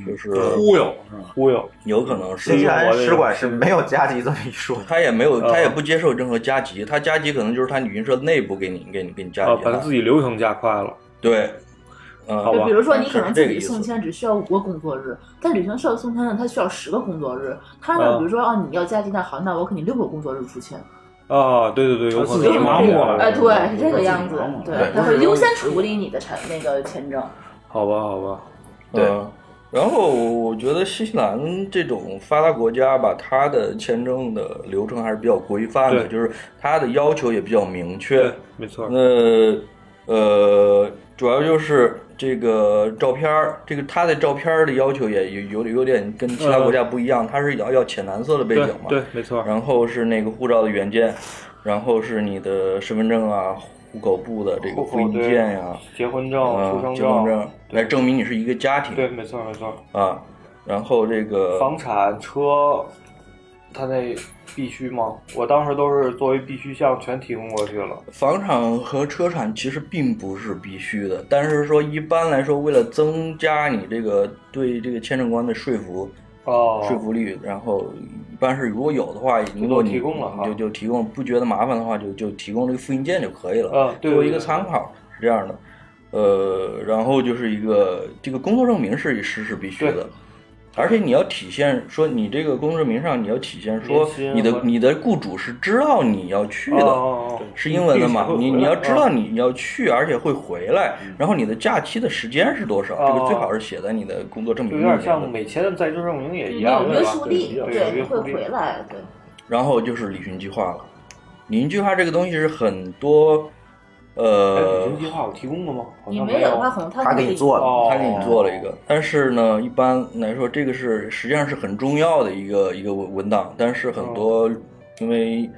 J: 嗯
I: 就是
J: 忽悠忽悠，
I: 有可能是
J: 嗯
G: 新西兰使馆是没有加急这么一说的。
I: 他也没有，
G: 啊
J: 呃
I: 他也不接受任何加急，他加急可能就是他旅行社内部给你给你给你加
J: 啊
I: 急，
J: 把
I: 他
J: 自己哦流程加快了。
I: 对，嗯，
K: 就比如说，你可能
I: 是
K: 自
I: 这个
K: 己
I: 意思
K: 送签只需要五个工作日，但旅行社送签呢，它需要十个工作日。他呢，
I: 啊
J: 嗯
K: 比如说，哦，你要加急，那好，那我给你六个工作日出签。
J: 啊，对对对，有可能
K: 自己
H: 麻木
I: 啊
H: 了
K: 哎，
G: 呃
K: 对，是这个样子，对，他会优先处理你的产那个签证。
J: 好吧，好吧，
I: 对。嗯然后我觉得新西兰这种发达国家吧，它的签证的流程还是比较规范的，
J: 对
I: 就是它的要求也比较明确。
J: 没错。
I: 那呃，主要就是这个照片儿，这个它的照片儿的要求也有有有点跟其他国家不一样，它是要要浅蓝色的背景
J: 嗯对
I: 嘛。
J: 对，没错。
I: 然后是那个护照的原件，然后是你的身份证啊、户口簿的这个复印件呀、
J: 结婚证、
I: 嗯
J: 出生
I: 结婚证
J: 证，
I: 来证明你是一个家庭
J: 对，没错没错。
I: 啊。然后这个
J: 房产、车，他那必须吗？我当时都是作为必须项全提供过去了。
I: 房产和车产其实并不是必须的，但是说一般来说，为了增加你这个对这个签证官的说服
J: 哦
I: 说服力，然后一般是如果有的话，如果你
J: 提供了哈
I: 你就就提供，不觉得麻烦的话，就就提供这个复印件就可以了，
J: 嗯对
I: 作为
J: 对
I: 一个
J: 对
I: 参考是这样的。呃，然后就是一个这个工作证明是是是必须的，而且你要体现说你这个公证名上你要体现说
H: 年薪
I: 你
H: 或
I: 的
H: 者
I: 你的雇主是知道你要去的
H: 哦，
I: 是英文的嘛
H: 对？
I: 你
H: 会回来
I: 你要知
H: 啊
I: 道
J: 嗯
I: 你你要去，而且会回来，然后你的假期的时间是多少？这
J: 哦
I: 个最好是写在你的工作证
J: 就
I: 明
J: 有
I: 里面
J: 点
I: 的。
J: 像每前的在职证明也一样，
K: 有约
I: 对吧
K: 束力，
I: 对有
K: 对，
I: 约束
K: 会
I: 力
K: 回来，对。
I: 然后就是旅行计划了。旅行计划这个东西是很多，呃，
J: 哎旅行计划我提供过吗？
K: 你没有的话，可能他会
J: 哦
I: 他给你做了一个。但是呢，一般来说，这个是实际上是很重要的一个一个文文档，但是很多、
J: 哦
I: 因为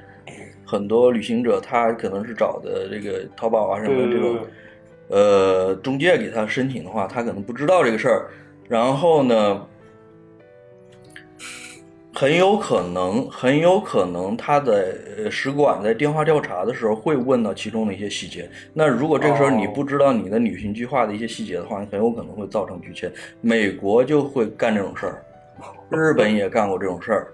I: 很多旅行者他可能是找的这个淘宝啊什么的
J: 对
I: 这
J: 对
I: 种，呃，中介给他申请的话，他可能不知道这个事儿，然后呢。很有可能，很有可能他的呃使馆在电话调查的时候会问到其中的一些细节。那如果这
G: 哦
I: 个时候你不知道你的旅行计划的一些细节的话，你很有可能会造成拒签。美国就会干这种 事儿，日本也干过这种事儿。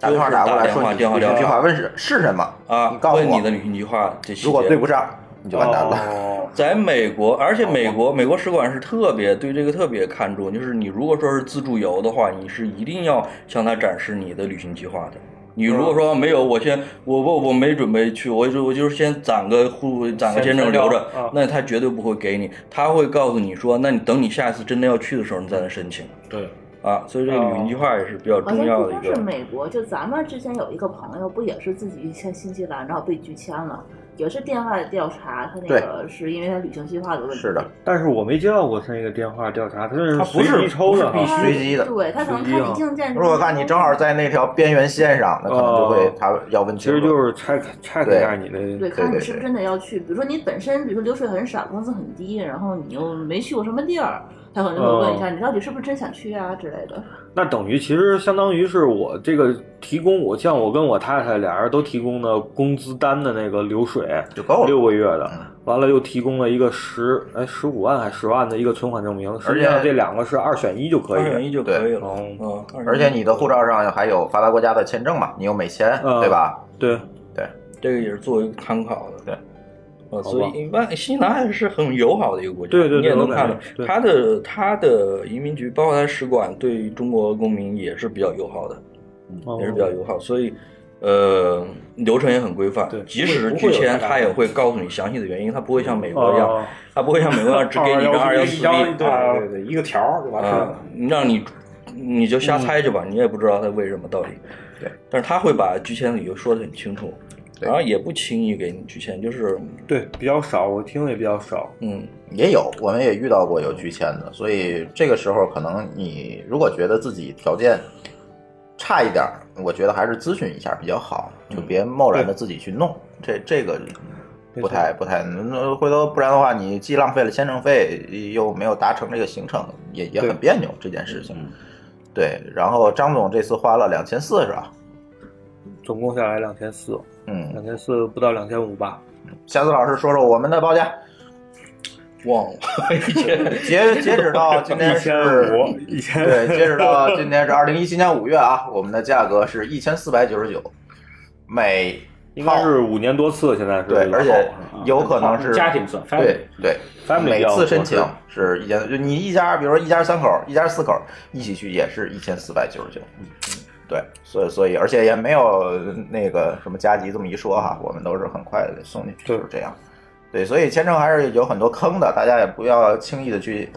G: 打电话打过来
I: 就是
G: 说
I: 打
G: 你
I: 电话
G: 旅行计
I: 调
G: 划
I: 查
G: 问是是什么，
I: 啊，
G: 告诉
I: 问
G: 我
I: 你的旅行计划这细节。
G: 如果对不上，你就完蛋
J: 哦
G: 了。
I: 在美国，而且美国美国使馆是特别对这个特别看重，就是你如果说是自助游的话，你是一定要向他展示你的旅行计划的。你如果说没有，我先我我我没准备去，我就我就是先攒个户攒个
J: 先
I: 签证
J: 签到
I: 留着
J: 啊，
I: 那他绝对不会给你，他会告诉你说，那你等你下一次真的要去的时候，你再来申请。
H: 对，
I: 啊，所以这个旅行计划也是比较
K: 哦好
I: 重
K: 像
I: 要
K: 不
I: 的一
K: 光
I: 个
K: 是。美国，就咱们之前有一个朋友，不也是自己去新西兰，然后被拒签了，也是电话调查，他那个是因为他旅行计划的问题。
J: 是的，但是我没接到过他那个电话调查，他这是
G: 它不是
J: 随机抽的哈，
G: 不是必须随机的
K: 对他可能看你硬件什么的
G: 如果看你正好在那条边缘线上，那可能就会
J: 哦
G: 他要问
J: 其实就是 check check
G: 对
J: 一下你的
K: 对，看你是不是真的要去。比如说你本身，比如说流水很少，工资很低，然后你又没去过什么地儿，他可能就会问一下、你到底是不是真想去啊之类的。
J: 那等于其实相当于是我这个提供，我像我跟我太太俩人都提供的工资单的那个流水
G: 就够了，
J: 六个月的，
G: 嗯
J: 完了又提供了一个十哎十五万还十万的一个存款证明，实际上这两个是二选一就可以，
G: 二选
I: 一就可以
J: 了，
I: 嗯，
G: 而且你的护照上还有发达国家的签证嘛，你有美签，对吧？
J: 对
G: 对，
I: 这个也是作为参考的。
G: 对，
I: 呃，
G: 吧
I: 所以一般新西兰还是很友好的一个国家，
J: 对对对
I: 你也能看
J: 我感
I: 到它的它的移民局，包括它使馆对中国公民也是比较友好的，
J: 哦
I: 也是比较友好，所以呃流程也很规范，即使
J: 不会
I: 拒
J: 有
I: 签，
J: 太大
I: 它也
J: 问题
I: 会告诉你详细的原因，它不会像美国一
J: 哦
I: 样，它不会像美国一样只给你一张二幺四
H: 一张，
I: B，啊
H: 对对对，一个条儿就完事儿
I: 啊
G: 嗯
H: 了。，
I: 让你你就瞎猜去吧，你也不知道他为什么到底。
G: 嗯对，
I: 但是他会把拒签理由说的很清楚，然后也不轻易给你拒签，就是
J: 对比较少，我听也比较少，
I: 嗯，
G: 也有，我们也遇到过有拒签的，所以这个时候可能你如果觉得自己条件差一点儿，我觉得还是咨询一下比较好，就别贸然的自己去弄，这这个不太不太，那回头不然的话，你既浪费了签证费，又没有达成这个行程，也也很别扭这件事情。对，然后张总这次花了两千四是吧？
J: 总共下来两千四，
G: 嗯，
J: 两千四不到两千五吧。
G: 夏子老师说说我们的报价。
I: 忘了，
G: 截截止到今天是
J: 1500一千
G: 对，截止到今 天是二零一七年五月啊，我们的价格是一千四百九十九每
J: 应该是五年多次，现在是
G: 对，而且有可能是
J: 家庭算
G: 对对
J: 啊 family
G: 每次申请
J: 比较合
G: 是一千，就你一家，比如说一家三口、一家四口一起去也是一千四百九十九，嗯对，所以所以而且也没有那个什么加急这么一说哈，我们都是很快地送进去，就是这样，对，所以签证还是有很多坑的，大家也不要轻易的去。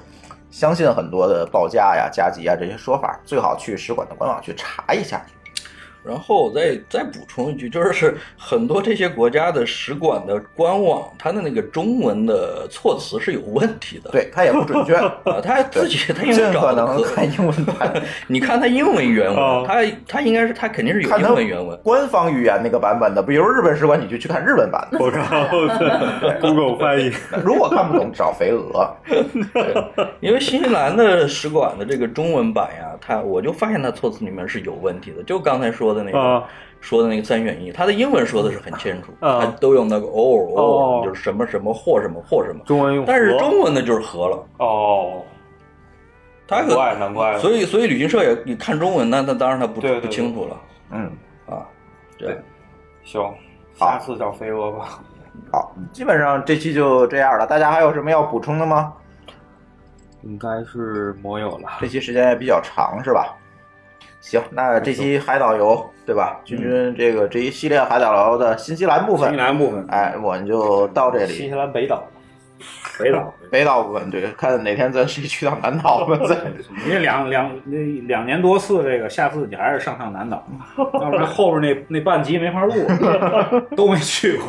G: 相信很多的报价呀、加急啊这些说法，最好去使馆的官网去查一下。
I: 然后我再再补充一句，就是很多这些国家的使馆的官网，它的那个中文的措辞是有问题的，
G: 对，它也不准 确
I: 啊，它自己它英
G: 尽
I: 文找
G: 可
I: 的
G: 能看英文版， 啊
I: 你看它英文原文，它它应该是它肯定是有
G: 看它
I: 英文原文，
G: 官方语言那个版本的，比如日本使馆，你就去看日本版的。
J: 我靠，Google 翻译。
G: 如果看不懂，找肥鹅。
I: 因为新西兰的使馆的这个中文版呀，它我就发现它措辞里面是有问题的，就刚才说的那个、
J: 啊
I: 说的那个三选一，它的英文说的是很清楚，
J: 啊
I: 它都用那个 or
J: 哦
I: or，、就是什么什么或什么或什么，
J: 中文用和，
I: 但是中文的就是和了。
J: 哦，
I: 它可
J: 难怪难怪
I: 所以所以旅行社也也看中文，那那当然它不
J: 对对
I: 不清楚了
G: 嗯，
I: 啊，对，
J: 行，下次找飞蛾吧。
G: 基本上这期就这样了，大家还有什么要补充的吗？
J: 应该是没有了。
G: 这期时间也比较长，是吧？行，那这期海岛游，对吧？君君这个这一系列海岛游的新西兰部分，
H: 嗯新西兰部分，
G: 哎，我们就到这里。
J: 新西兰北岛，
H: 北岛，
G: 北岛部分，对，看哪天咱谁去趟南岛吧，再。
H: 你这两两那两年多次这个，下次你还是上上 南岛，要不然后边那那半集没法录， 都没去过。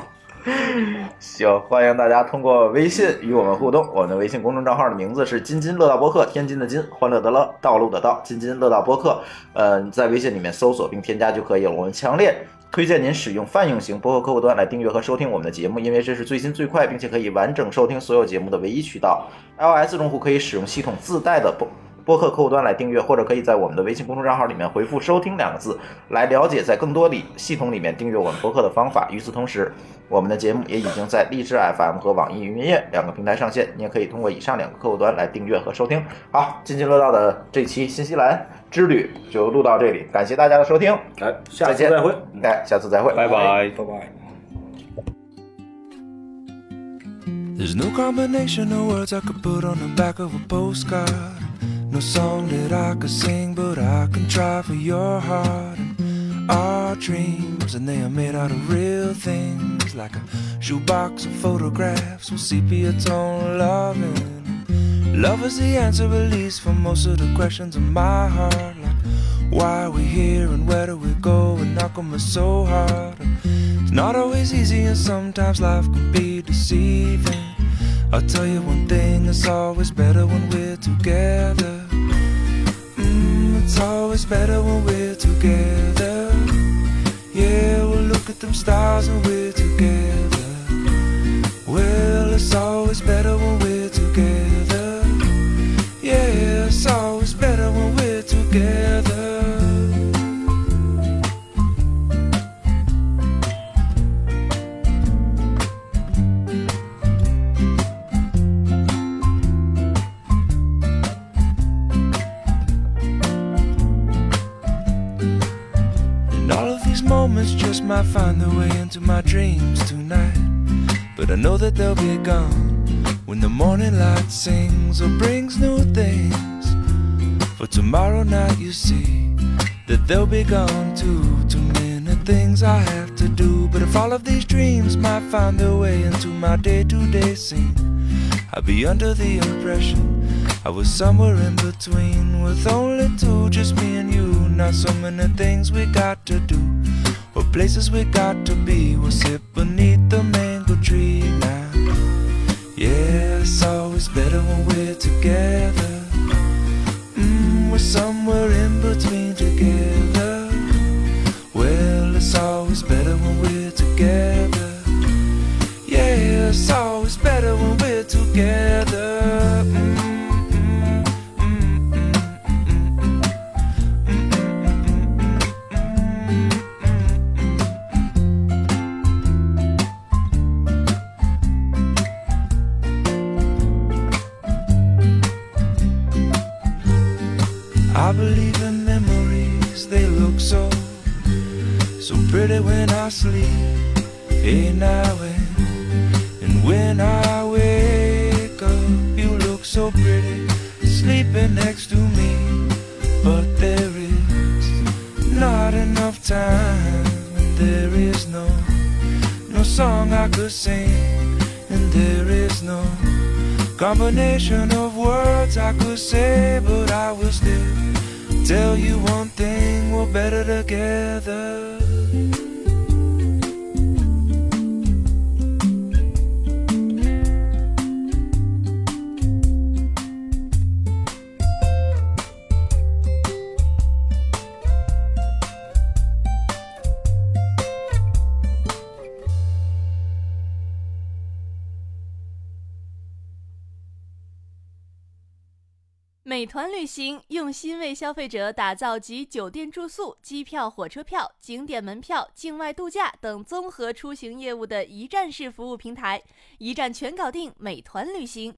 G: 行，欢迎大家通过微信与我们互动。我们的微信公众账号的名字是“津津乐道播客”，天津的津，欢乐的乐，道路的道，津津乐道播客。呃，在微信里面搜索并添加就可以了。我们强烈推荐您使用泛用型播客客户端来订阅和收听我们的节目，因为这是最新最快，并且可以完整收听所有节目的唯一渠道。iOS 用户可以使用系统自带的播播客客户端来订阅，或者可以在我们的微信公众账号里面回复“收听”两个字，来了解在更多里系统里面订阅我们播客的方法。与此同时，我们的节目也已经在荔枝 FM 和网易云音乐两个平台上线，你也可以通过以上两个客户端来订阅和收听。好，津津乐道的这期新西兰之旅就录到这里，感谢大家的收听，
H: 哎，下次再会，
G: 哎，下次再会，
J: 拜拜，
H: 拜拜。
L: There's no combination of words I could put on the back of a postcard. No song that I could sing, but I can try for your heart and our dreams. And they are made out of real things, like a shoebox of photographs with sepia tone loving. Love is the answer, at least, for most of the questions in my heart. Like, why are we here and where do we go? And knock 'em is so hard. And it's not always easy, and sometimes life can be deceiving. I'll tell you one thing, it's always better when we're together. Mm, it's always better when we're together. Yeah, we'll look at them stars when we're together. Well, it's always better when we're together. Yeah, it's always better when we're together. And all of these moments just might find their way into my dreams tonight. But I know that they'll be gone when the morning light sings or brings new things. For tomorrow night, you see that they'll be gone too. Too many things I have to do. But if all of these dreams might find their way into my day to day scene, I'd be under the impression I was somewhere in between with only two, just me and you. Not so many things we got to do, or places we got to be. We'll sit beneath the mango tree now. Yeah, it's always better when we're together. Mm, we're somewhere in between together. Well, it's always better when we're together. Yeah, it's always better when we're together. Mm. I believe in memories, they look so so pretty when I sleep. Hey now and, and when I wake up, you look so pretty sleeping next to me. But there is not enough time, and there is no no song I could sing, and there is no combination of words I could say, but I will still tell you one thing we're better together.
A: 美团旅行用心为消费者打造集酒店住宿、机票、火车票、景点门票、境外度假等综合出行业务的一站式服务平台，一站全搞定。美团旅行。